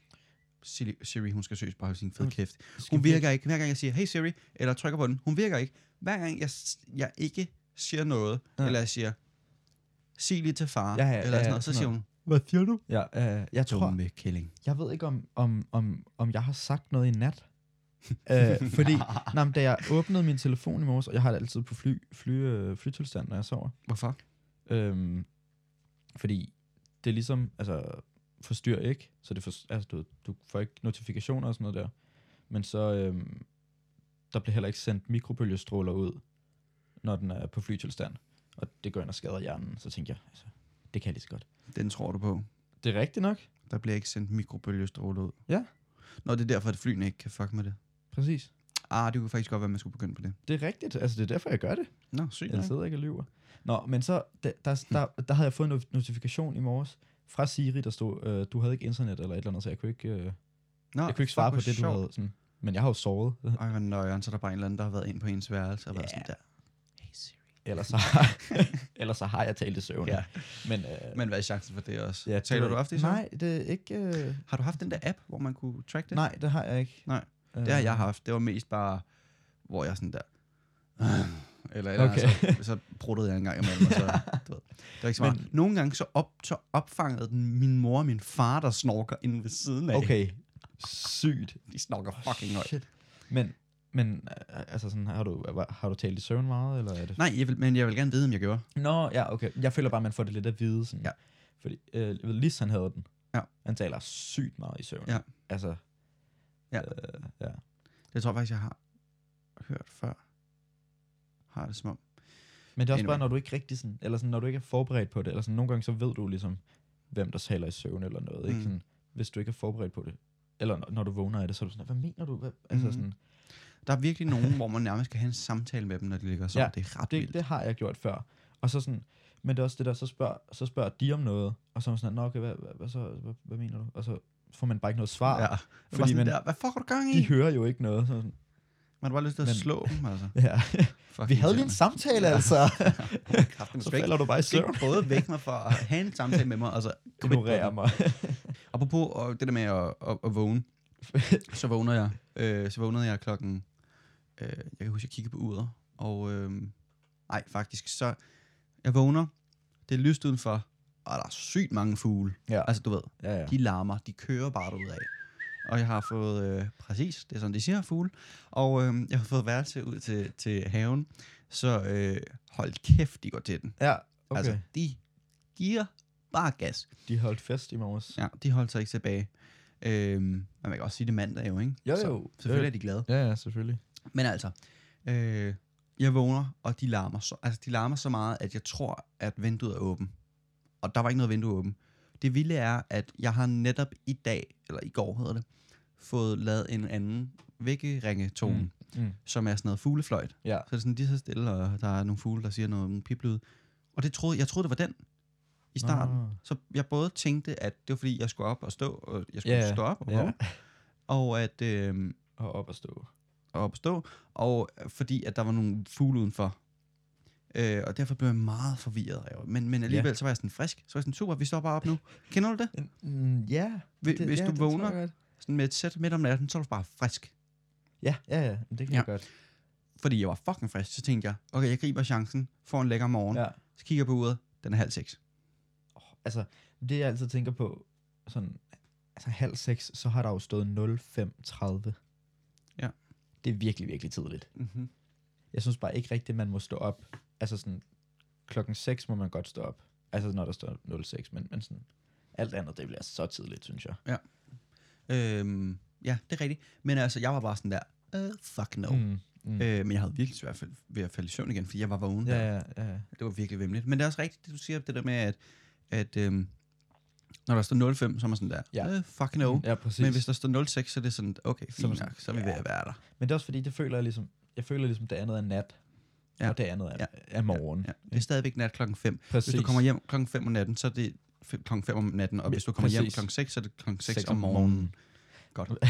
Speaker 1: Siri, Siri hun skal søges bare sin fede
Speaker 2: Hun-
Speaker 1: kæft.
Speaker 2: Skal
Speaker 1: Hun
Speaker 2: vi-
Speaker 1: virker ikke. Hver gang jeg siger, hey Siri, eller trykker på den, hun virker ikke. Hver gang jeg, s- jeg ikke siger noget,
Speaker 2: Ja.
Speaker 1: ja. eller jeg siger, sig lige til far,
Speaker 2: Ja, ja, ja,
Speaker 1: eller sådan
Speaker 2: ja,
Speaker 1: noget, så
Speaker 2: sådan
Speaker 1: siger hun,
Speaker 2: Hvad siger du? Ja, øh, jeg tror,
Speaker 1: dumme killing.
Speaker 2: jeg ved ikke, om, om, om, om jeg har sagt noget i nat. øh, fordi, nej, men da jeg åbnede min telefon i morges, og jeg har det altid på fly, fly, øh, flytilstand, når jeg sover,
Speaker 1: Hvorfor?
Speaker 2: øhm, fordi det er ligesom, altså, forstyr ikke, så det for, altså, du, ved, du får ikke notifikationer og sådan noget der, men så, øhm, der bliver heller ikke sendt mikrobølgestråler ud, når den er på flytilstand, og det går ind og skader hjernen, så tænker jeg, altså, det kan jeg lige så godt.
Speaker 1: Den tror du på.
Speaker 2: Det er rigtigt nok,
Speaker 1: Der bliver ikke sendt mikrobølgestråler ud.
Speaker 2: Ja.
Speaker 1: Nå, det er derfor, at flyene ikke kan fuck med det.
Speaker 2: præcis.
Speaker 1: Ah, det kunne faktisk godt være, at man skulle begynde på det.
Speaker 2: Det er rigtigt. Altså, det er derfor, jeg gør det.
Speaker 1: Nå, sygt.
Speaker 2: Jeg
Speaker 1: nok.
Speaker 2: sidder ikke og lyver. Nå, men så, der, der, der, der havde jeg fået en not- notifikation i morges fra Siri, der stod, øh, du havde ikke internet eller et eller andet, så jeg kunne ikke, øh,
Speaker 1: Nå,
Speaker 2: jeg kunne ikke
Speaker 1: Ah, fuck,
Speaker 2: svare på
Speaker 1: hvor
Speaker 2: det, du
Speaker 1: sjovt.
Speaker 2: havde. Sådan. Men jeg har jo sovet.
Speaker 1: Ej, hvor nøjeren, så er der bare en eller anden, der har været ind på ens værelse og været
Speaker 2: Ja.
Speaker 1: sådan der.
Speaker 2: Ellers så, ellers så har jeg talt i søvn.
Speaker 1: Ja.
Speaker 2: Men, øh,
Speaker 1: Men hvad er chancen for det også?
Speaker 2: ja,
Speaker 1: Ja,
Speaker 2: det
Speaker 1: Taler
Speaker 2: ved
Speaker 1: du
Speaker 2: jeg
Speaker 1: ofte i
Speaker 2: ikke.
Speaker 1: søvn?
Speaker 2: Nej, det er ikke... Øh,
Speaker 1: Har du haft den der app, hvor man kunne track det?
Speaker 2: nej, det har jeg ikke.
Speaker 1: Nej,
Speaker 2: Øh,
Speaker 1: Det har jeg haft. Det var mest bare, hvor jeg sådan der... øh, Eller, eller
Speaker 2: Okay.
Speaker 1: okay. så, så pruttede jeg en gang imellem, og så, du ved, det var ikke så meget.
Speaker 2: Men-
Speaker 1: Men, Nogle gange så, op, så opfangede den min mor og min far, der snorker inde ved siden af.
Speaker 2: Øh, Okay, sygt.
Speaker 1: De snorker fucking højt.
Speaker 2: Shit. Men, men øh, altså sådan, har du, har du talt i søvn meget, eller er det
Speaker 1: Nej, jeg vil, men jeg vil gerne vide, om jeg gjorde.
Speaker 2: Nå, ja, okay. Jeg føler bare, man får det lidt at vide. Sådan.
Speaker 1: Ja.
Speaker 2: Fordi øh, Lis, han havde den.
Speaker 1: Ja.
Speaker 2: Han taler sygt meget i søvn.
Speaker 1: Ja.
Speaker 2: Altså,
Speaker 1: Ja.
Speaker 2: Øh, ja.
Speaker 1: Det tror jeg faktisk, jeg har hørt før. Har det som om.
Speaker 2: Men det er også
Speaker 1: Anyway.
Speaker 2: bare, når du ikke rigtig sådan, eller sådan, når du ikke er forberedt på det, eller sådan, nogle gange så ved du ligesom, hvem der taler i søvn eller noget, ikke?
Speaker 1: Mm.
Speaker 2: Sådan, hvis du ikke er forberedt på det. Eller når, når du vågner af det, så er du sådan, hvad mener du? Hvad? Altså
Speaker 1: Mhm.
Speaker 2: sådan,
Speaker 1: Der er virkelig nogen, hvor man nærmest kan have en samtale med dem, når de ligger så.
Speaker 2: Ja,
Speaker 1: Ja, det er ret
Speaker 2: det,
Speaker 1: vildt.
Speaker 2: det har jeg gjort før. Og så sådan, men det er også det der, så spørger, så spørger de om noget, og så er man sådan, nå okay, hvad, hvad, hvad, så, hvad, hvad mener du? Og så får man bare ikke noget svar.
Speaker 1: Ja.
Speaker 2: fordi
Speaker 1: Fordi man,
Speaker 2: man-
Speaker 1: der, hvad fuck har du gang i?
Speaker 2: De hører jo ikke noget. Så sådan,
Speaker 1: Man har bare lyst til at
Speaker 2: Men-
Speaker 1: slå dem, altså.
Speaker 2: Ja.
Speaker 1: Fuck,
Speaker 2: Vi havde lige en samtale, ja. altså. så falder du bare i
Speaker 1: Du skal
Speaker 2: søvn.
Speaker 1: ikke både væk mig for at have en samtale med mig, altså, og så quit
Speaker 2: Ignorerer
Speaker 1: på den.
Speaker 2: mig.
Speaker 1: Apropos og det der med at, at, at vågne, så vågner jeg. Øh, så vågnede jeg klokken... Øh, jeg kan huske, jeg kiggede på uret, og... Øh, nej, faktisk, så... Jeg vågner, det er lyst udenfor, og der er sygt mange fugle.
Speaker 2: ja.
Speaker 1: Altså, du ved,
Speaker 2: ja, ja.
Speaker 1: de larmer, de kører bare ud af. Og jeg har fået, øh, præcis, det er sådan, de siger, fugle. Og øh, jeg har fået værelse ud til, til haven, så øh, hold kæft, de går til den.
Speaker 2: ja
Speaker 1: Okay. Altså, de giver bare gas.
Speaker 2: de holdt fest i morges.
Speaker 1: Ja, de holdt sig ikke tilbage. Øhm, men man kan også sige, det er mandag jo, ikke?
Speaker 2: Jo,
Speaker 1: Så
Speaker 2: jo.
Speaker 1: selvfølgelig
Speaker 2: Jo.
Speaker 1: er de glade.
Speaker 2: Ja, ja, selvfølgelig.
Speaker 1: Men altså, øh, jeg vågner, og de larmer, så, altså, de larmer så meget, at jeg tror, at vinduet er åbent. Og der var ikke noget vindue åbent. Det vilde er, at jeg har netop i dag, eller i går hedder det, fået lavet en anden vækkeringetone, mm.
Speaker 2: Mm.
Speaker 1: som er sådan noget fuglefløjt.
Speaker 2: Ja.
Speaker 1: Så det er sådan lige så stille, og der er nogle fugle, der siger noget nogle piplyd. Og det troede, jeg troede, det var den i starten.
Speaker 2: Nå.
Speaker 1: Så jeg både tænkte, at det var fordi, jeg skulle op og stå, og jeg skulle
Speaker 2: Ja,
Speaker 1: yeah. stå op og,
Speaker 2: ja.
Speaker 1: vågne, og at øh,
Speaker 2: Og op og stå.
Speaker 1: op og stå, og fordi at der var nogle fugle udenfor. Øh, og derfor blev jeg meget forvirret. af- Men, men alligevel, så var jeg sådan frisk. Så var jeg sådan, super, vi står bare op nu. Kender du det?
Speaker 2: Mm, ja.
Speaker 1: Hvi- hvis du
Speaker 2: det tror jeg
Speaker 1: vågner-
Speaker 2: godt.
Speaker 1: Sådan med et sæt midt om natten, så er du bare frisk.
Speaker 2: Ja, ja, ja. Det kan
Speaker 1: Ja.
Speaker 2: jeg godt.
Speaker 1: Fordi jeg var fucking frisk, så tænkte jeg, okay, jeg griber chancen, får en lækker morgen, ja.
Speaker 2: Ja.
Speaker 1: så kigger jeg på uret, den er halv seks.
Speaker 2: Oh, altså, det jeg altid tænker på, sådan, altså halv seks, så har der jo stået 05.30.
Speaker 1: Ja.
Speaker 2: Det er virkelig, virkelig tidligt.
Speaker 1: Mm-hmm.
Speaker 2: Jeg synes bare ikke rigtigt, man må stå op. Altså sådan, klokken 6 må man godt stå op. Altså når der står 06, men, men sådan, alt andet, det bliver så tidligt, synes jeg.
Speaker 1: Øhm, ja, det er rigtigt. Men altså, jeg var bare sådan der, uh, fuck no. Mm.
Speaker 2: Mm.
Speaker 1: Øh, men jeg havde virkelig svært ved- ved at falde i søvn igen, fordi jeg var vågen.
Speaker 2: Ja,
Speaker 1: der.
Speaker 2: ja, ja. ja.
Speaker 1: Det var virkelig vemmeligt. Men det er også rigtigt, det du siger, det der med, at, at øhm, når der står 05, så er man sådan der,
Speaker 2: Ja. Mm,
Speaker 1: ja. uh, fuck no.
Speaker 2: Ja, præcis.
Speaker 1: Men hvis der står 06, så er det sådan, okay,
Speaker 2: Så er man
Speaker 1: fint nok, så er vi
Speaker 2: ja.
Speaker 1: ved at være der.
Speaker 2: Men det er også fordi, det føler jeg ligesom, jeg føler ligesom, det andet er nat,
Speaker 1: Ja.
Speaker 2: ja. og det andet er,
Speaker 1: Ja.
Speaker 2: ja. er morgen.
Speaker 1: Ja. Det er stadigvæk nat klokken 5.
Speaker 2: Mm, Præcis.
Speaker 1: Hvis du kommer hjem klokken 5 om natten, så er det f- klokken 5 om natten, og hvis du kommer Præcis. hjem
Speaker 2: Præcis.
Speaker 1: klokken 6, så er det klokken 6,
Speaker 2: Seks
Speaker 1: 6
Speaker 2: om
Speaker 1: om morgenen. Godt.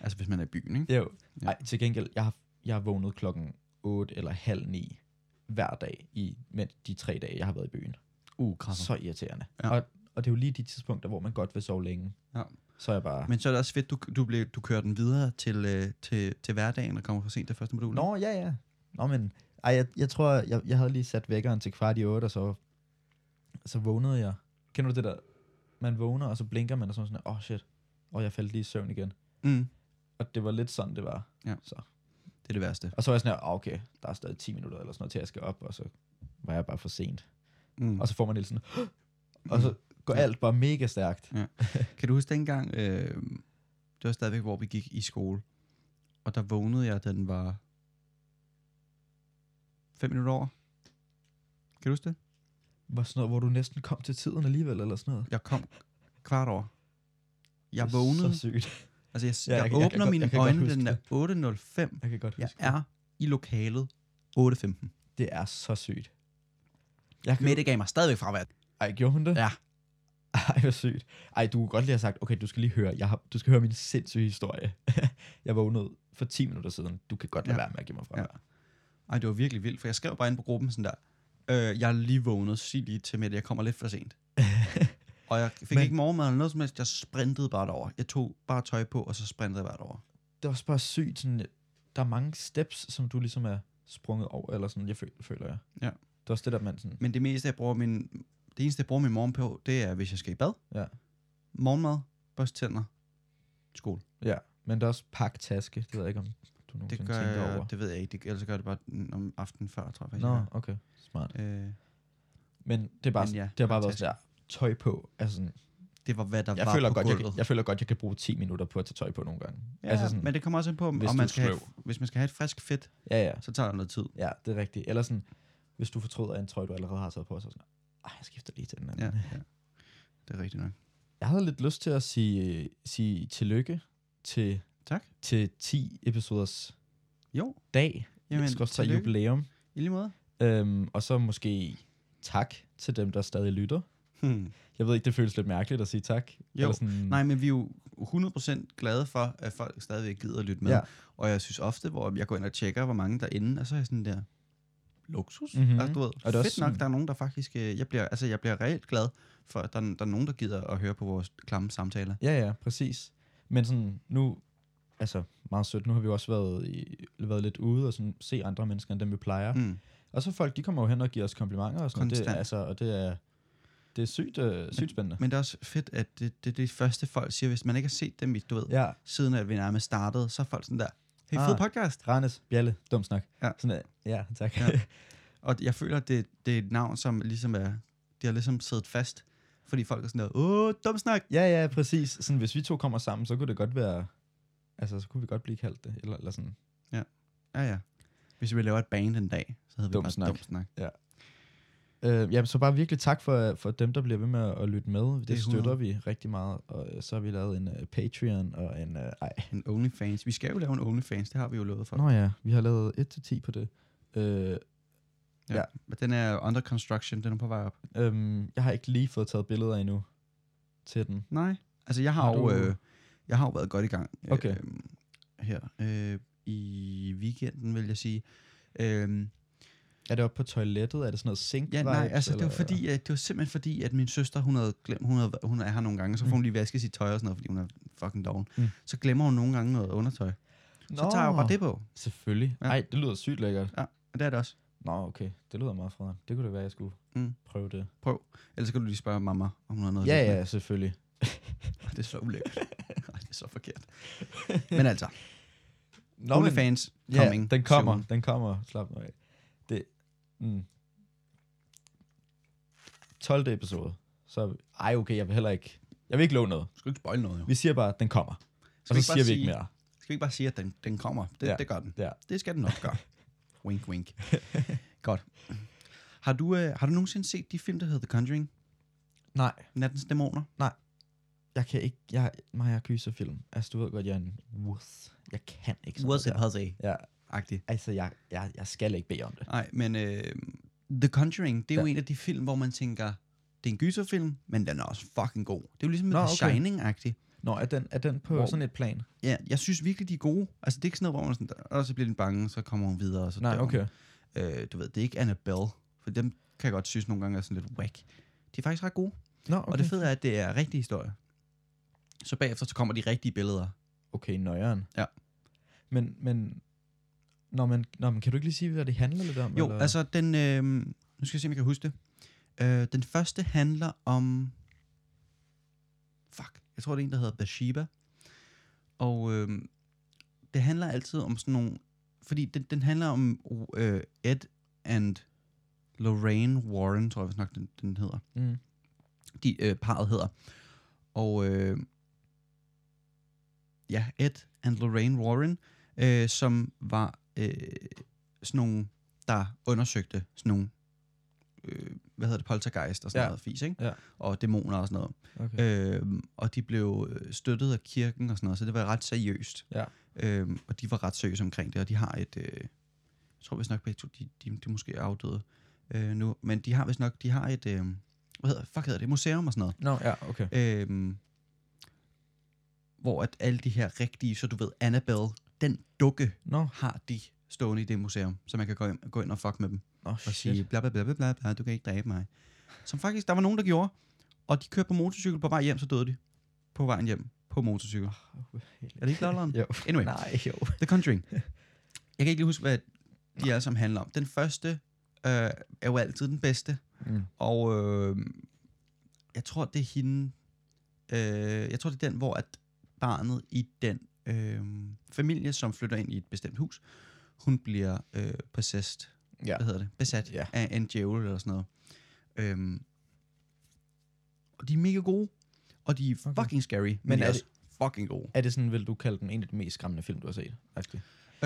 Speaker 1: altså hvis man er i byen, ikke?
Speaker 2: Jo.
Speaker 1: Ja.
Speaker 2: Ej, til gengæld, jeg har, jeg har vågnet klokken 8 eller halv 9 hver dag i med de tre dage, jeg har været i byen.
Speaker 1: Uh,
Speaker 2: Så irriterende.
Speaker 1: Ja.
Speaker 2: Ja. Og, og det er jo lige de tidspunkter, hvor man godt vil sove længe.
Speaker 1: Ja.
Speaker 2: Så er jeg bare... Men,
Speaker 1: Men så er det også fedt, du, du, blev, du kører den videre til, øh, til, til hverdagen og kommer for sent det første modul.
Speaker 2: Nå, ja, ja. Nå, men... Ej, jeg, jeg tror, jeg, jeg havde lige sat vækkeren til kvart i 8, og så, så vågnede jeg. Kender du det der? Man vågner, og så blinker man, og så er man sådan, åh oh, shit, og jeg faldt lige i søvn igen.
Speaker 1: Mm,
Speaker 2: Og det var lidt sådan, det var.
Speaker 1: Ja.
Speaker 2: Så.
Speaker 1: det er det værste.
Speaker 2: Og så var jeg sådan her, "Ah, okay, der er stadig 10 minutter eller sådan noget til, at jeg skal op, og så var jeg bare for sent.
Speaker 1: Mm.
Speaker 2: Og så får man lidt sådan, og så går
Speaker 1: Ja.
Speaker 2: alt bare mega stærkt.
Speaker 1: Kan du huske dengang, øh, det var stadigvæk, hvor vi gik i skole, og der vågnede jeg, den var 5 minutter over. Kan du huske det?
Speaker 2: Var sådan noget, hvor du næsten kom til tiden alligevel, eller sådan noget.
Speaker 1: Jeg kom kvart over. Jeg
Speaker 2: Det er
Speaker 1: vågnede.
Speaker 2: Så sygt.
Speaker 1: Altså, jeg,
Speaker 2: Ja,
Speaker 1: jeg, jeg
Speaker 2: jeg kan- jeg kan
Speaker 1: åbner
Speaker 2: godt-
Speaker 1: mine
Speaker 2: jeg kan godt
Speaker 1: øjne,
Speaker 2: huske
Speaker 1: den er 8.05.
Speaker 2: Jeg kan godt
Speaker 1: Jeg
Speaker 2: huske det.
Speaker 1: er i lokalet 8.15.
Speaker 2: Det er så sygt. Jeg kan
Speaker 1: Mette gav mig stadigvæk fravær.
Speaker 2: Ej, gjorde hun det?
Speaker 1: Ja.
Speaker 2: Ej, hvor sygt. Ej, du kunne godt lige have sagt, okay, du skal lige høre, jeg har, du skal høre min sindssyge historie. jeg vågnede for 10 minutter siden. Du kan godt lade
Speaker 1: Ja.
Speaker 2: ja. være med at give mig fra.
Speaker 1: Ja. Ej, det var virkelig vildt, for jeg skrev bare ind på gruppen sådan der, øh, jeg er lige vågnet, sig lige til Mette, jeg kommer lidt for sent. og jeg fik Men...
Speaker 2: Men-
Speaker 1: ikke morgenmad eller noget som helst, jeg sprintede bare derover. Jeg tog bare tøj på, og så sprintede jeg bare derover.
Speaker 2: det er også bare sygt, sådan, der er mange steps, som du ligesom er sprunget over, eller sådan, jeg føler, føler jeg.
Speaker 1: Ja.
Speaker 2: Det er også det, der man sådan,
Speaker 1: Men det meste, jeg bruger min, det eneste, jeg bruger min morgen på, det er, hvis jeg skal i bad.
Speaker 2: Ja.
Speaker 1: Morgenmad, børste tænder, skole.
Speaker 2: ja. Men der er også paktaske, det ved jeg ikke, om du
Speaker 1: Det
Speaker 2: nogensinde
Speaker 1: gør
Speaker 2: tænker
Speaker 1: jeg,
Speaker 2: over.
Speaker 1: det ved jeg ikke, det, ellers gør jeg det bare mm, om aftenen før, tror jeg faktisk. jeg
Speaker 2: Nå,
Speaker 1: gør.
Speaker 2: okay, smart.
Speaker 1: Øh,
Speaker 2: Men det er bare,
Speaker 1: Men ja,
Speaker 2: ja, det har bare været
Speaker 1: paktaske.
Speaker 2: sådan der, tøj på, altså sådan,
Speaker 1: det var, hvad der
Speaker 2: jeg,
Speaker 1: var
Speaker 2: føler
Speaker 1: på
Speaker 2: godt, jeg,
Speaker 1: gulvet.
Speaker 2: kan, jeg føler godt, jeg kan bruge 10 minutter på at tage tøj på nogle gange.
Speaker 1: Ja,
Speaker 2: altså sådan,
Speaker 1: men det kommer også ind på, om
Speaker 2: hvis
Speaker 1: om
Speaker 2: du
Speaker 1: man
Speaker 2: er
Speaker 1: skal have, et- hvis man skal have et frisk fedt,
Speaker 2: ja, ja,
Speaker 1: så tager det noget tid.
Speaker 2: ja, det er rigtigt. Eller sådan, hvis du fortryder en trøje, du allerede har taget på, så er sådan, ej, jeg skifter lige til den anden.
Speaker 1: Ja, ja. Det er rigtigt nok.
Speaker 2: Jeg havde lidt lyst til at sige, sige tillykke til,
Speaker 1: Tak.
Speaker 2: til 10 episoders
Speaker 1: Jo,
Speaker 2: dag.
Speaker 1: jamen,
Speaker 2: Jamen, tillykke.
Speaker 1: tillykke.
Speaker 2: jubilæum.
Speaker 1: I lige måde.
Speaker 2: Øhm, og så måske tak til dem, der stadig lytter.
Speaker 1: Hmm.
Speaker 2: Jeg ved ikke, det føles lidt mærkeligt at sige tak. Jo, sådan,
Speaker 1: Nej, men vi er jo 100% glade for, at folk stadigvæk gider at lytte med.
Speaker 2: Ja.
Speaker 1: Og jeg synes ofte, hvor jeg går ind og tjekker, hvor mange der er inde, og så er jeg sådan der, luksus.
Speaker 2: Mhm.
Speaker 1: Altså, du ved,
Speaker 2: er
Speaker 1: og det fedt
Speaker 2: også
Speaker 1: nok,
Speaker 2: sådan-
Speaker 1: der er nogen, der faktisk, øh, jeg bliver, altså jeg bliver reelt glad for, at der, er- der er nogen, der gider at høre på vores klamme samtaler.
Speaker 2: Ja, ja, præcis. Men sådan, nu, altså meget sødt, nu har vi jo også været, i, været lidt ude og sådan, se andre mennesker, end dem vi plejer. Mm.
Speaker 1: Mm.
Speaker 2: Og så folk, de kommer jo hen og giver os komplimenter og sådan noget. Det,
Speaker 1: Konstant.
Speaker 2: er- altså, og det er, det er sygt, øh, sygt spændende.
Speaker 1: Men det er også fedt, at det, det er det første, folk siger, hvis man ikke har set dem i, du ved,
Speaker 2: Ja,
Speaker 1: siden at vi nærmest startede, så er folk sådan der, hey, fed
Speaker 2: Ah.
Speaker 1: podcast.
Speaker 2: Randes, Bjalle, dum snak.
Speaker 1: Ja.
Speaker 2: Sådan, øh, ja tak.
Speaker 1: Ja.
Speaker 2: Ja.
Speaker 1: Og jeg føler, at det, det er et navn, som ligesom er, det har ligesom siddet fast, fordi folk er sådan der, åh, dum snak.
Speaker 2: ja, ja, præcis. Sådan, hvis vi to kommer sammen, så kunne det godt være, altså, så kunne vi godt blive kaldt det. Eller, eller sådan,
Speaker 1: Ja, ja. Hvis vi laver et band en dag, så hedder vi
Speaker 2: Dum
Speaker 1: bare
Speaker 2: snak.
Speaker 1: dum snak.
Speaker 2: Øh, ja, så bare virkelig tak for, for dem, der bliver ved med at lytte med. Det,
Speaker 1: Det er
Speaker 2: det
Speaker 1: 100.
Speaker 2: støtter vi rigtig meget. Og øh, så har vi lavet en uh, Patreon og en... Uh, ej.
Speaker 1: En OnlyFans. Vi skal jo lave en OnlyFans, det har vi jo lovet for.
Speaker 2: Nå ja, vi har lavet 1-10 på det. Øh, ja.
Speaker 1: Men den er under construction, den er på vej op.
Speaker 2: øhm, jeg har ikke lige fået taget billeder endnu til den.
Speaker 1: Nej. Altså, jeg har,
Speaker 2: Har
Speaker 1: jo,
Speaker 2: du-
Speaker 1: øh, jeg har jo været godt i gang øh,
Speaker 2: Okay.
Speaker 1: her øh, i weekenden, vil jeg sige. Øh,
Speaker 2: Er det oppe på toilettet? Er det sådan noget sink
Speaker 1: Ja, nej, altså det var, fordi, at, det var simpelthen fordi, at min søster, hun, havde glemt, hun, havde, hun er her nogle gange, så får hun lige vasket sit tøj og sådan noget, fordi hun er fucking doven.
Speaker 2: Mm.
Speaker 1: Så glemmer hun nogle gange noget undertøj.
Speaker 2: Nå,
Speaker 1: Så tager jeg jo bare det på.
Speaker 2: Selvfølgelig.
Speaker 1: Ja.
Speaker 2: Nej, det lyder sygt lækkert.
Speaker 1: Og det er det også.
Speaker 2: Nå, okay. Det lyder meget fra. Det kunne det være, jeg skulle
Speaker 1: Mm.
Speaker 2: mm. prøve det.
Speaker 1: Prøv. Ellers så kan du lige spørge mamma, om hun har noget.
Speaker 2: Ja,
Speaker 1: liggende.
Speaker 2: ja, selvfølgelig.
Speaker 1: Ej, Det er så ulækkert. Ej, det er så forkert. Men altså,
Speaker 2: Nå, men-
Speaker 1: OnlyFans
Speaker 2: Ja,
Speaker 1: coming.
Speaker 2: den kommer.
Speaker 1: soon.
Speaker 2: Den kommer. Slap nu af. Det, mm. 12. episode. Så, ej, okay, jeg vil heller ikke... Jeg vil ikke love noget.
Speaker 1: Du skal ikke spoil noget, jo.
Speaker 2: Vi siger bare, at den kommer.
Speaker 1: Skal
Speaker 2: Og
Speaker 1: vi
Speaker 2: så
Speaker 1: ikke bare
Speaker 2: siger vi ikke
Speaker 1: sige-
Speaker 2: mere.
Speaker 1: Skal vi ikke bare sige, at den, den kommer? Det, ja.
Speaker 2: Ja.
Speaker 1: det gør den.
Speaker 2: Ja.
Speaker 1: Det skal den nok gøre. wink, wink. Godt. Har du, øh, har du nogensinde set de film, der hedder The Conjuring?
Speaker 2: Nej,
Speaker 1: Nattens Dæmoner?
Speaker 2: jeg kan ikke... Jeg, mig jeg kyser film. Altså, du ved godt, jeg er en wuss. Jeg kan ikke sådan noget der.
Speaker 1: Pussy?
Speaker 2: Ja,
Speaker 1: Agtig.
Speaker 2: altså, jeg, jeg, jeg skal ikke bede om det.
Speaker 1: Nej, men øh, The Conjuring, det er ja. jo
Speaker 2: Ja.
Speaker 1: en af de film, hvor man tænker, det er en gyserfilm, men den er også fucking god. Det er jo ligesom Nå,
Speaker 2: Nå,
Speaker 1: The
Speaker 2: okay.
Speaker 1: Shining-agtig.
Speaker 2: Nå, er den, er den på
Speaker 1: Wow.
Speaker 2: wow. sådan et plan?
Speaker 1: Ja, jeg synes virkelig, de er gode. Altså, det er ikke sådan noget, hvor man sådan, og så bliver den bange, så kommer hun videre, og så
Speaker 2: Nej,
Speaker 1: dør hun.
Speaker 2: okay.
Speaker 1: Øh, du ved, det er ikke Annabelle, for dem kan jeg godt synes nogle gange er sådan lidt whack. De er faktisk ret gode. Okay.
Speaker 2: Nå, okay.
Speaker 1: Og det fede er, at det er rigtige historier. Så bagefter så kommer de rigtige billeder.
Speaker 2: Okay, nøjeren.
Speaker 1: Ja.
Speaker 2: Men, men, når man, når man, kan du ikke lige sige, hvad det handler lidt om?
Speaker 1: Jo,
Speaker 2: eller?
Speaker 1: altså den, øh, nu skal jeg se, om jeg kan huske det. Øh, den første handler om, fuck, jeg tror det er en, der hedder Bathsheba. Og øh, det handler altid om sådan nogle, fordi den, den handler om øh, Ed and Lorraine Warren, tror jeg vist nok, den, den hedder.
Speaker 2: Mm.
Speaker 1: de, øh, parret hedder. Og øh, ja, Ed and Lorraine Warren, øh, som var øh, sådan nogle, der undersøgte sådan nogle, øh, hvad hedder det, poltergeist og sådan ja.
Speaker 2: Ja.
Speaker 1: noget fis, ikke?
Speaker 2: Ja.
Speaker 1: Og dæmoner og sådan noget.
Speaker 2: Okay.
Speaker 1: Øh, og de blev øh, støttet af kirken og sådan noget, så det var ret seriøst.
Speaker 2: Ja.
Speaker 1: Øh, og de var ret seriøse omkring det, og de har et, øh, jeg tror vist nok begge to, de, de, de er måske afdøde øh, nu, men de har vist nok, de har et, øh, hvad hedder, fuck hedder det, museum og sådan noget.
Speaker 2: Nå, ja, okay.
Speaker 1: Øh, hvor at alle de her rigtige, så du ved, Annabelle, den dukke
Speaker 2: Nå,
Speaker 1: har de stående i det museum, så man kan gå ind, gå ind og fuck med dem
Speaker 2: Nå
Speaker 1: og
Speaker 2: shit.
Speaker 1: sige bla bla bla bla bla, bla du kan ikke dræbe mig. Som faktisk, der var nogen, der gjorde, og de kørte på motorcykel på vej hjem, så døde de på vejen hjem på motorcykel. Er det ikke lalleren?
Speaker 2: Jo.
Speaker 1: Anyway,
Speaker 2: Nej, jo.
Speaker 1: The Conjuring. Jeg kan ikke lige huske, hvad de alle sammen handler om. Den første øh, er jo altid den bedste,
Speaker 2: Mm.
Speaker 1: og øh, jeg tror, det er hende, øh, jeg tror, det er den, hvor at barnet i den øh, familie, som flytter ind i et bestemt hus, hun bliver øh, possessed
Speaker 2: Ja.
Speaker 1: ja. hvad hedder det, besat ja.
Speaker 2: Ja.
Speaker 1: af en djævel eller sådan noget. Øhm, og de er mega gode, og de er
Speaker 2: Okay.
Speaker 1: fucking scary, men,
Speaker 2: Men
Speaker 1: de er
Speaker 2: er
Speaker 1: også fucking gode.
Speaker 2: Er det sådan, vil du kalde den en af de mest skræmmende film, du har set? Øhm,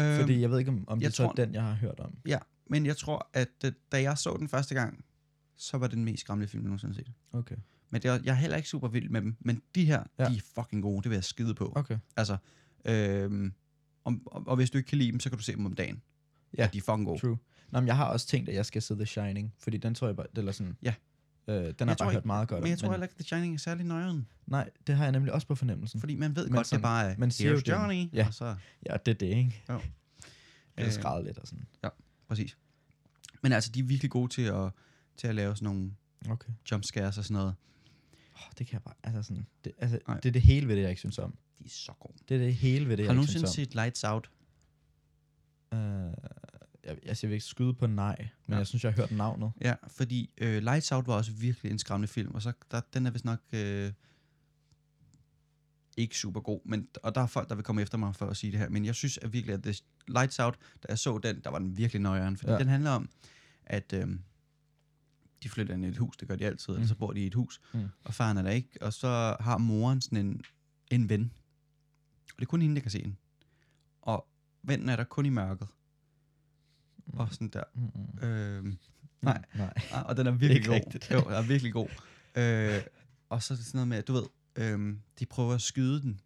Speaker 1: Øhm,
Speaker 2: Fordi jeg ved ikke, om, om
Speaker 1: jeg
Speaker 2: det så
Speaker 1: tror-
Speaker 2: er den, jeg har hørt om.
Speaker 1: Ja, Øhm, men jeg tror, at øh, da jeg så den første gang, så var det den mest skræmmende film, jeg nogensinde har set.
Speaker 2: Okay.
Speaker 1: Men det er, jeg er heller ikke super vild med dem, men de her, ja.
Speaker 2: Ja.
Speaker 1: de er fucking gode, det vil jeg skide på.
Speaker 2: Okay.
Speaker 1: Altså, øhm, om, og, og hvis du ikke kan lide dem, så kan du se dem om dagen.
Speaker 2: Ja.
Speaker 1: De er fucking gode.
Speaker 2: True. Oh. Nå, men jeg har også tænkt, at jeg skal se The Shining, fordi den tror jeg bare, eller sådan, Ja. øh, den har jeg
Speaker 1: tror
Speaker 2: bare
Speaker 1: ikke-
Speaker 2: hørt meget godt
Speaker 1: Men jeg
Speaker 2: om,
Speaker 1: tror heller ikke, at The Shining er særlig nøjeren,
Speaker 2: Nej, det har jeg nemlig også på fornemmelsen.
Speaker 1: fordi man ved
Speaker 2: Mm. Men
Speaker 1: godt, det
Speaker 2: sådan-
Speaker 1: bare er,
Speaker 2: man siger jo
Speaker 1: "Here's
Speaker 2: det.
Speaker 1: Johnny,
Speaker 2: Ja.
Speaker 1: og så...
Speaker 2: Ja, det er det, ikke?
Speaker 1: Jo.
Speaker 2: Jeg
Speaker 1: Øh.
Speaker 2: har skrevet lidt og sådan.
Speaker 1: Præcis. Men altså, de er virkelig gode til at, til at lave sådan nogle
Speaker 2: Okay.
Speaker 1: jumpscares og sådan noget.
Speaker 2: Oh, det kan jeg bare, altså sådan, det, altså,
Speaker 1: Nej.
Speaker 2: det er det hele ved det, jeg ikke synes om.
Speaker 1: De er så gode.
Speaker 2: Det er det hele ved det,
Speaker 1: Har du
Speaker 2: jeg ikke
Speaker 1: nogensinde
Speaker 2: synes om.
Speaker 1: set Lights Out?
Speaker 2: Øh, jeg, altså, jeg vil ikke skyde på nej, men
Speaker 1: Ja.
Speaker 2: ja. jeg synes, jeg har hørt navnet.
Speaker 1: Ja, fordi øh, Lights Out var også virkelig en skræmmende film, og så der, den er vist nok øh, ikke super god. Men, og der er folk, der vil komme efter mig for at sige det her, men jeg synes at virkelig, at det, Lights Out, da jeg så den, der var den virkelig nøjeren, fordi ja.
Speaker 2: Ja.
Speaker 1: den handler om, at øh, de flytter ind i et hus, det gør de altid, mm. eller så bor de i et hus, mm.
Speaker 2: Mm.
Speaker 1: og faren er der ikke, og så har moren sådan en, en ven, og det er kun hende, der kan se hende. Og vennen er der kun i mørket. Og
Speaker 2: Mm.
Speaker 1: sådan der.
Speaker 2: Mm-mm.
Speaker 1: Øh, nej,
Speaker 2: Nej.
Speaker 1: Ah, og den er virkelig
Speaker 2: Ikke
Speaker 1: god.
Speaker 2: rigtigt.
Speaker 1: Jo, den er virkelig god. Øh, og så er det sådan noget med, at du ved, øhm, de prøver at skyde den,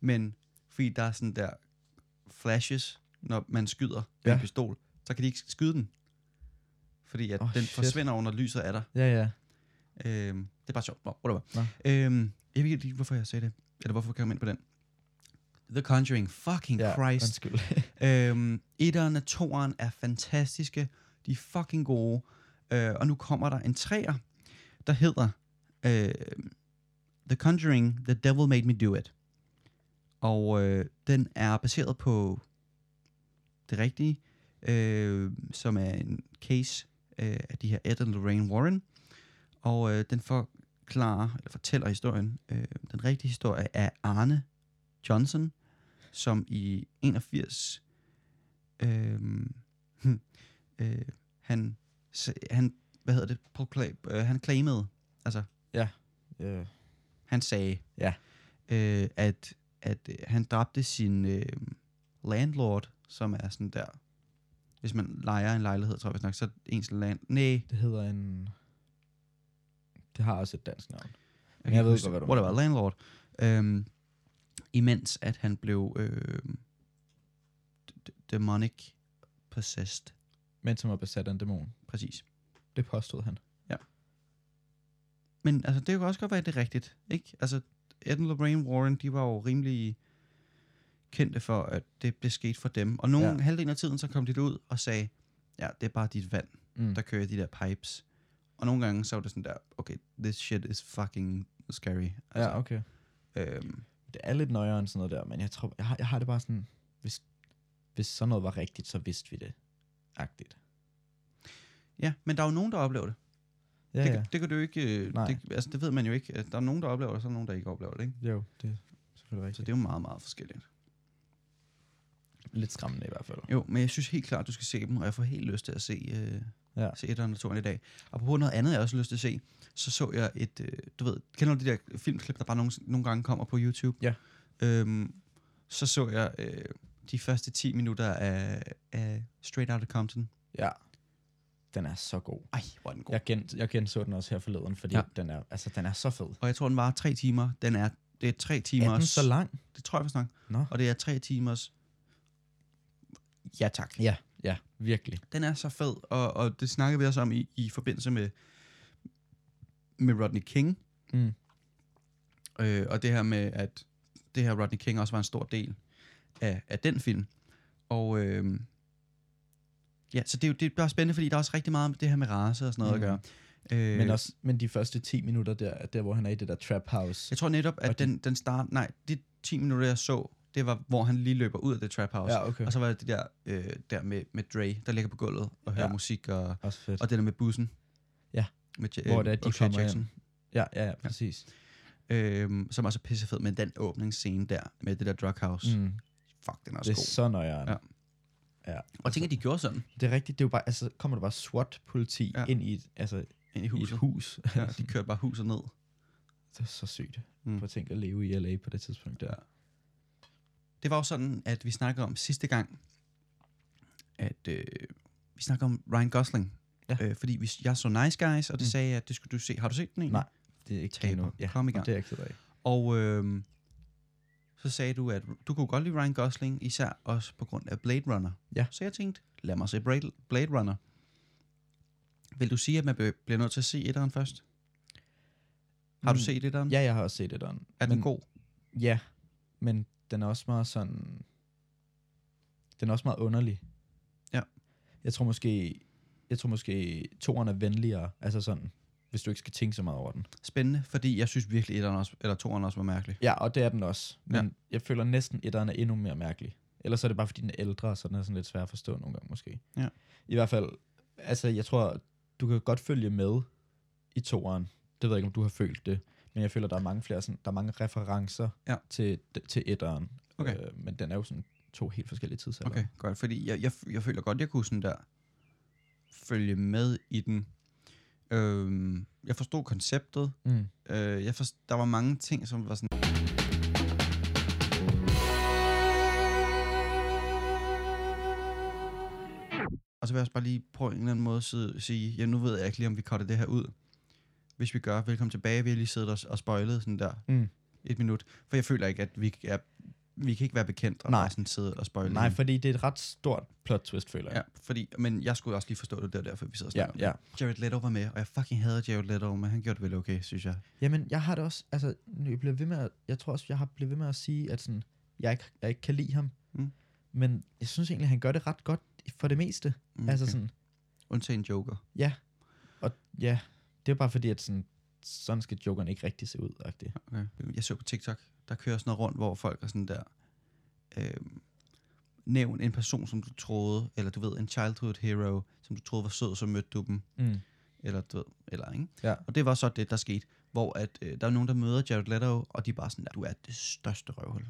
Speaker 1: men fordi der er sådan der flashes, når man skyder med ja. en
Speaker 2: Ja.
Speaker 1: pistol, så kan de ikke skyde den. Fordi at oh,
Speaker 2: Åh,
Speaker 1: den shit.
Speaker 2: shit.
Speaker 1: forsvinder under lyset af dig.
Speaker 2: Ja, ja.
Speaker 1: Øhm, det er bare sjovt. Nå, whatever.
Speaker 2: Nå.
Speaker 1: Øhm, jeg ved ikke lige, hvorfor jeg sagde det. Eller hvorfor jeg kom ind på den. The Conjuring. Fucking
Speaker 2: ja
Speaker 1: Christ.
Speaker 2: Undskyld.
Speaker 1: Øhm, etteren og toeren er fantastiske. De er fucking gode. Øh, og nu kommer der en træer, der hedder øh, The Conjuring, The Devil Made Me Do It. Og øh, den er baseret på det rigtige, øh, som er en case øh, af de her Ed og Lorraine Warren. Og øh, den forklarer, eller fortæller historien, øh, den rigtige historie af Arne Johnson, som i 81, øh, hm, øh, han, s- han, hvad hedder det, prokla- øh, han claimede, altså
Speaker 2: Øh,
Speaker 1: han sagde,
Speaker 2: Ja.
Speaker 1: øh, at, at øh, han dræbte sin øh, landlord, som er sådan der, hvis man leger en lejlighed, tror jeg vist nok, så er ens land... Nej,
Speaker 2: det hedder en... Det har også et dansk navn.
Speaker 1: Jeg, jeg
Speaker 2: ved
Speaker 1: ved
Speaker 2: godt,
Speaker 1: hvad
Speaker 2: hvad
Speaker 1: du
Speaker 2: du
Speaker 1: whatever, landlord. Øhm, imens at han blev øhm, d- d- demonic possessed.
Speaker 2: Men som var besat af en dæmon.
Speaker 1: Præcis.
Speaker 2: Det påstod han.
Speaker 1: Men altså, det kunne også godt være, at det er rigtigt. Ikke? Altså, Ed og Lorraine Warren, de var jo rimelig kendte for, at det, det skete for dem. Og nogen
Speaker 2: Ja.
Speaker 1: ja. halvdelen af tiden, så kom de ud og sagde, ja, det er bare dit vand,
Speaker 2: Mm.
Speaker 1: der kører de der pipes. Og nogle gange, så var det sådan der, okay, this shit is fucking scary. Altså,
Speaker 2: ja, okay.
Speaker 1: øhm,
Speaker 2: Det er lidt nøjere end sådan noget der, men jeg tror, jeg har, jeg har det bare sådan, hvis, hvis sådan noget var rigtigt, så vidste vi det. Agtigt.
Speaker 1: ja, men der er jo nogen, der oplever det.
Speaker 2: Ja,
Speaker 1: det, kan- det kan du ikke... øh,
Speaker 2: Nej.
Speaker 1: Det, altså, det ved man jo ikke. At Der er nogen, der oplever det, og så er der nogen, der ikke oplever det. Ikke?
Speaker 2: Jo, det er selvfølgelig
Speaker 1: Så
Speaker 2: rigtigt.
Speaker 1: det er jo meget, meget forskelligt.
Speaker 2: Det... Lidt skræmmende i hvert fald.
Speaker 1: Jo, men jeg synes helt klart, du skal se dem, og jeg får helt lyst til at se, øh, ja.
Speaker 2: Ja.
Speaker 1: se et og toren i dag. Og på noget andet, jeg også har lyst til at se, så så jeg et... Øh, du ved, kender du de der filmklip, der bare nogle, nogle gange kommer på YouTube?
Speaker 2: Ja.
Speaker 1: Øhm, så så jeg øh, de første 10 minutter af, af Straight Outta Compton.
Speaker 2: Ja. Den er så god.
Speaker 1: Ej, hvor er den god.
Speaker 2: Jeg, gen, jeg genså den også her forleden, fordi
Speaker 1: Ja.
Speaker 2: ja. den, er, altså, den er så fed.
Speaker 1: Og jeg tror, den var tre timer. Den er... Det er tre timers...
Speaker 2: Er den så lang?
Speaker 1: Det tror jeg, vi snakker.
Speaker 2: Nå.
Speaker 1: Og det er tre timers... Ja, tak.
Speaker 2: Ja, ja, virkelig.
Speaker 1: Den er så fed, og, og det snakkede vi også om i, i forbindelse med, med Rodney King.
Speaker 2: Mm.
Speaker 1: Øh, og det her med, at det her Rodney King også var en stor del af, af den film. Og øh, ja, så det er jo det er bare spændende, fordi der er også rigtig meget om det her med race og sådan noget mm.
Speaker 2: Mm.
Speaker 1: at gøre. Øh,
Speaker 2: Men, også, men de første 10 minutter der, er der hvor han er i det der trap house.
Speaker 1: Jeg tror netop, at
Speaker 2: Og de-
Speaker 1: den, den start... Nej, de 10 minutter, jeg så, det var, hvor han lige løber ud af det trap house.
Speaker 2: Ja, okay.
Speaker 1: Og så var det det der, øh, der med, med Dre, der ligger på gulvet og hører
Speaker 2: Ja.
Speaker 1: musik, og,
Speaker 2: Også fedt.
Speaker 1: og det der med bussen.
Speaker 2: Ja.
Speaker 1: Med ja- øh,
Speaker 2: Hvor det er, de
Speaker 1: O'Shea
Speaker 2: kommer Ja, ja, ja, præcis.
Speaker 1: Øhm, som også er pissefed med den åbningsscene der, med det der drug house. Mm.
Speaker 2: Mm.
Speaker 1: Fuck, den er også
Speaker 2: Det er
Speaker 1: god.
Speaker 2: så nøjeren.
Speaker 1: Ja.
Speaker 2: Ja.
Speaker 1: Og tænk, at de gjorde sådan
Speaker 2: Det er rigtigt, det er jo bare, altså, kommer der bare SWAT-politi
Speaker 1: Ja.
Speaker 2: ja. ind i et, altså,
Speaker 1: ind i
Speaker 2: i et
Speaker 1: huset.
Speaker 2: hus.
Speaker 1: Ja, de kørte bare huset ned.
Speaker 2: det er så sygt.
Speaker 1: Mm.
Speaker 2: Mm. Prøv at tænke at leve i LA på det tidspunkt der.
Speaker 1: Det var jo sådan, at vi snakkede om sidste gang, at øh, vi snakkede om Ryan Gosling.
Speaker 2: Ja.
Speaker 1: Øh, fordi vi, jeg så Nice Guys, og det mm.
Speaker 2: Mm.
Speaker 1: sagde jeg, at det skulle du se. Har du set den egentlig?
Speaker 2: Nej. Det er ikke
Speaker 1: Taber.
Speaker 2: endnu. Ja,
Speaker 1: Kom i gang.
Speaker 2: Det er ikke det
Speaker 1: Og øh, så sagde du, at du kunne godt lide Ryan Gosling, især også på grund af Blade Runner.
Speaker 2: Ja.
Speaker 1: Så jeg tænkte, lad mig se Blade Blade Runner. Vil du sige, at man be- bliver nødt til at se etteren først? Har du set etteren?
Speaker 2: Mm. Ja, jeg har også set det der.
Speaker 1: Er den
Speaker 2: men,
Speaker 1: god?
Speaker 2: Ja, men den er også meget sådan... Den er også meget underlig.
Speaker 1: Ja.
Speaker 2: Jeg tror måske... Jeg tror måske, toren er venligere. Altså sådan, hvis du ikke skal tænke så meget over den.
Speaker 1: Spændende, fordi jeg synes virkelig, etteren også, eller toeren også var mærkelig.
Speaker 2: Ja, og det er den også. Men
Speaker 1: Ja.
Speaker 2: ja. jeg føler næsten, at etteren er endnu mere mærkelig. Ellers er det bare, fordi den er ældre, så den er sådan lidt svær at forstå nogle gange måske.
Speaker 1: Ja.
Speaker 2: I hvert fald, altså jeg tror, du kan godt følge med i toeren. Det ved jeg ikke, om du har følt det. Men jeg føler, der er mange flere, sådan, der er mange referencer
Speaker 1: Ja.
Speaker 2: til, til etteren.
Speaker 1: Okay.
Speaker 2: Øh, men den er jo sådan to helt forskellige tidsalder.
Speaker 1: Okay, godt. Fordi jeg, jeg, jeg føler godt, jeg kunne sådan der følge med i den. Øhm, jeg forstod konceptet.
Speaker 2: Mm.
Speaker 1: Øh, jeg forst- der var mange ting, som var sådan... Og så vil jeg også bare lige på en eller anden måde si- sige, ja, nu ved jeg ikke lige, om vi cutter det her ud. Hvis vi gør, velkommen tilbage. Vi har lige siddet og, og spoilet sådan der
Speaker 2: Mm.
Speaker 1: et minut. For jeg føler ikke, at vi er, vi kan ikke være bekendt og
Speaker 2: Nej.
Speaker 1: bare sådan sidde og spoile.
Speaker 2: Nej,
Speaker 1: hinanden.
Speaker 2: fordi det er et ret stort plot twist, føler
Speaker 1: Ja,
Speaker 2: jeg.
Speaker 1: fordi, men jeg skulle også lige forstå det, det var derfor, vi sidder og snakker om
Speaker 2: ja.
Speaker 1: det. Jared Leto var med, og jeg fucking hader Jared Leto, men han gjorde det vel okay, synes jeg.
Speaker 2: Jamen, jeg har det også, altså, nu- jeg, bliver ved med at, jeg tror også, jeg har blevet ved med at sige, at sådan, jeg, ikke, jeg ikke kan lide ham.
Speaker 1: Mm.
Speaker 2: Men jeg synes egentlig, han gør det ret godt for det meste.
Speaker 1: Mm,
Speaker 2: Okay. Altså
Speaker 1: okay.
Speaker 2: sådan,
Speaker 1: Undtagen Joker.
Speaker 2: Og ja, det er bare fordi, at sådan, sådan skal jokeren ikke rigtig se ud. -agtig.
Speaker 1: Okay. Jeg så på TikTok, der kører sådan noget rundt, hvor folk er sådan der, øhm, nævn en person, som du troede, eller du ved, en childhood hero, som du troede var sød, så mødte du dem,
Speaker 2: Mm.
Speaker 1: eller du ved, eller ikke?
Speaker 2: Ja.
Speaker 1: Og det var så det, der skete, hvor at, øh, der er nogen, der møder Jared Leto, og de er bare sådan der, du er det største røvhul.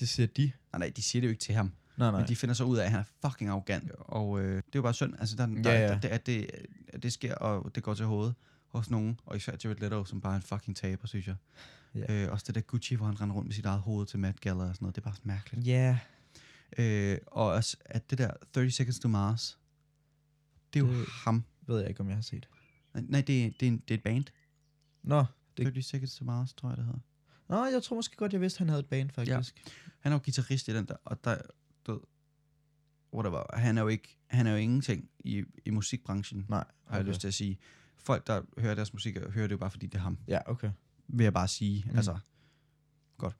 Speaker 2: Det siger de.
Speaker 1: Nej, nej, de siger det jo ikke til ham,
Speaker 2: Nej, nej.
Speaker 1: men de finder så ud af, at han er fucking arrogant, og øh, det er jo bare synd, altså, der, der,
Speaker 2: Ja, ja.
Speaker 1: Der, der, at, det, at det sker, og det går til hovedet hos nogen, og især Jared Leto, som bare er en fucking taber, synes jeg.
Speaker 2: Ja.
Speaker 1: Øh, også det der Gucci, hvor han render rundt med sit eget hoved til Matt Gala og sådan noget, det er bare sådan mærkeligt.
Speaker 2: Ja.
Speaker 1: Øh, og også, at det der 30 Seconds to Mars, det er jo
Speaker 2: Det-
Speaker 1: ham.
Speaker 2: Ved jeg ikke, om jeg har set.
Speaker 1: Nej, det, er- det, er, en, det er et band.
Speaker 2: Nå, Det-
Speaker 1: 30 Seconds to Mars, tror jeg, det hedder.
Speaker 2: Nå, jeg tror måske godt, jeg vidste, at han havde et band, faktisk. Ja.
Speaker 1: Han er jo guitarist i den der, og der, du ved, whatever, han er jo ikke, han er jo ingenting i, i musikbranchen,
Speaker 2: Nej,
Speaker 1: har jeg
Speaker 2: okay.
Speaker 1: lyst til at sige. Folk, der hører deres musik, hører det jo bare, fordi det er ham,
Speaker 2: Ja, okay.
Speaker 1: vil jeg bare sige.
Speaker 2: Mm.
Speaker 1: Mm. Altså, godt.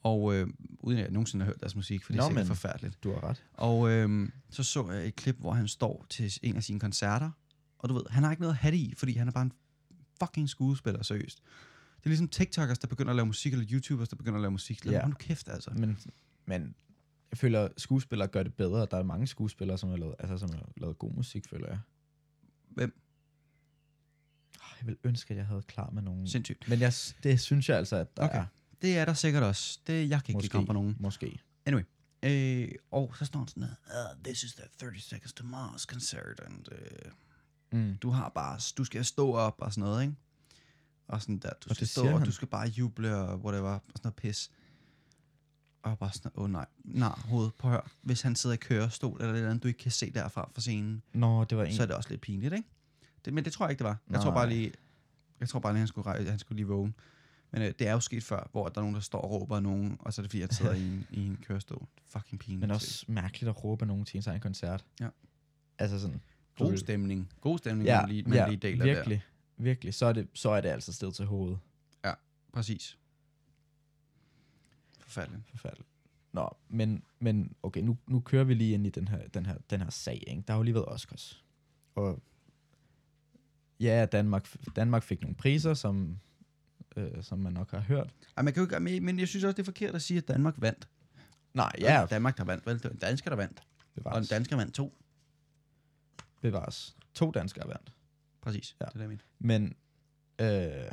Speaker 1: Og øh, uden at jeg nogensinde har hørt deres musik, for det er
Speaker 2: Nå,
Speaker 1: Nå, sikkert
Speaker 2: men-
Speaker 1: forfærdeligt.
Speaker 2: Du har ret.
Speaker 1: Og øhm, så så jeg et klip, hvor han står til en af sine koncerter, og du ved, han har ikke noget at have det i, fordi han er bare en fucking skuespiller, seriøst. Det er ligesom TikTokers, der begynder at lave musik, eller YouTubers, der begynder at lave musik. Lad
Speaker 2: Ja. Mm.
Speaker 1: yeah. nu kæft, altså.
Speaker 2: Men, men jeg føler, at skuespillere gør det bedre. Der er mange skuespillere, som har lavet, altså, som har lavet god musik, føler jeg.
Speaker 1: Hvem?
Speaker 2: Ah, Jeg ville ønske, at jeg havde klar med nogen.
Speaker 1: Sindssygt.
Speaker 2: Men jeg, s- det synes jeg altså, at der
Speaker 1: Okay.
Speaker 2: er.
Speaker 1: Det er der sikkert også. Det, jeg kan ikke
Speaker 2: Måske.
Speaker 1: lige komme på nogen.
Speaker 2: Måske.
Speaker 1: Øh, og så står han sådan her, uh, this is the 30 Seconds to Mars concert, and uh,
Speaker 2: Mm.
Speaker 1: du har bare, du skal stå op og sådan noget, ikke? Og sådan der, du
Speaker 2: Og
Speaker 1: skal
Speaker 2: det
Speaker 1: stå,
Speaker 2: siger
Speaker 1: og
Speaker 2: han.
Speaker 1: du skal bare juble, og whatever, og sådan noget pis. Og bare sådan, åh oh, nej, nej, hoved, på hør. Hvis han sidder i kørestol, eller et eller andet, du ikke kan se derfra fra scenen,
Speaker 2: Nå, det var en.
Speaker 1: så er det også lidt pinligt, ikke? Det, men det tror jeg ikke, det var. Jeg tror bare
Speaker 2: Nej.
Speaker 1: lige, jeg tror bare lige, han skulle, rej- han skulle lige vågne. Men øh, det er jo sket før, hvor der er nogen, der står og råber af nogen, og så er det fordi, han sidder i, en, i en kørestol. Fucking pinligt.
Speaker 2: Men også mærkeligt at råbe af nogen til ens egen koncert.
Speaker 1: Ja.
Speaker 2: Altså sådan. du
Speaker 1: God
Speaker 2: vil-
Speaker 1: stemning. God stemning, ja, man lige, man ja, lige deler virkelig.
Speaker 2: virkelig. Virkelig. Så er, det, så er det altså sted til hovedet.
Speaker 1: der. Præcis. Forfærdeligt.
Speaker 2: Forfærdeligt. Nå, men, men okay, nu, nu kører vi lige ind i den her, den her, den her sag. Ikke? Der har jo lige været Oscars. Og ja, Danmark, Danmark fik nogle priser, som, øh, som man nok har hørt.
Speaker 1: Ej, man kan jo ikke, men- men jeg synes også, det er forkert at sige, at Danmark vandt.
Speaker 2: Nej,
Speaker 1: Det var
Speaker 2: ja,
Speaker 1: ikke Danmark, der vandt, vel? Det var en dansker, der vandt. Og en
Speaker 2: bevares.
Speaker 1: dansker vandt to.
Speaker 2: bevares. To danskere vandt.
Speaker 1: Præcis.
Speaker 2: Ja.
Speaker 1: Ja. Det er det, jeg mener.
Speaker 2: Men, øh,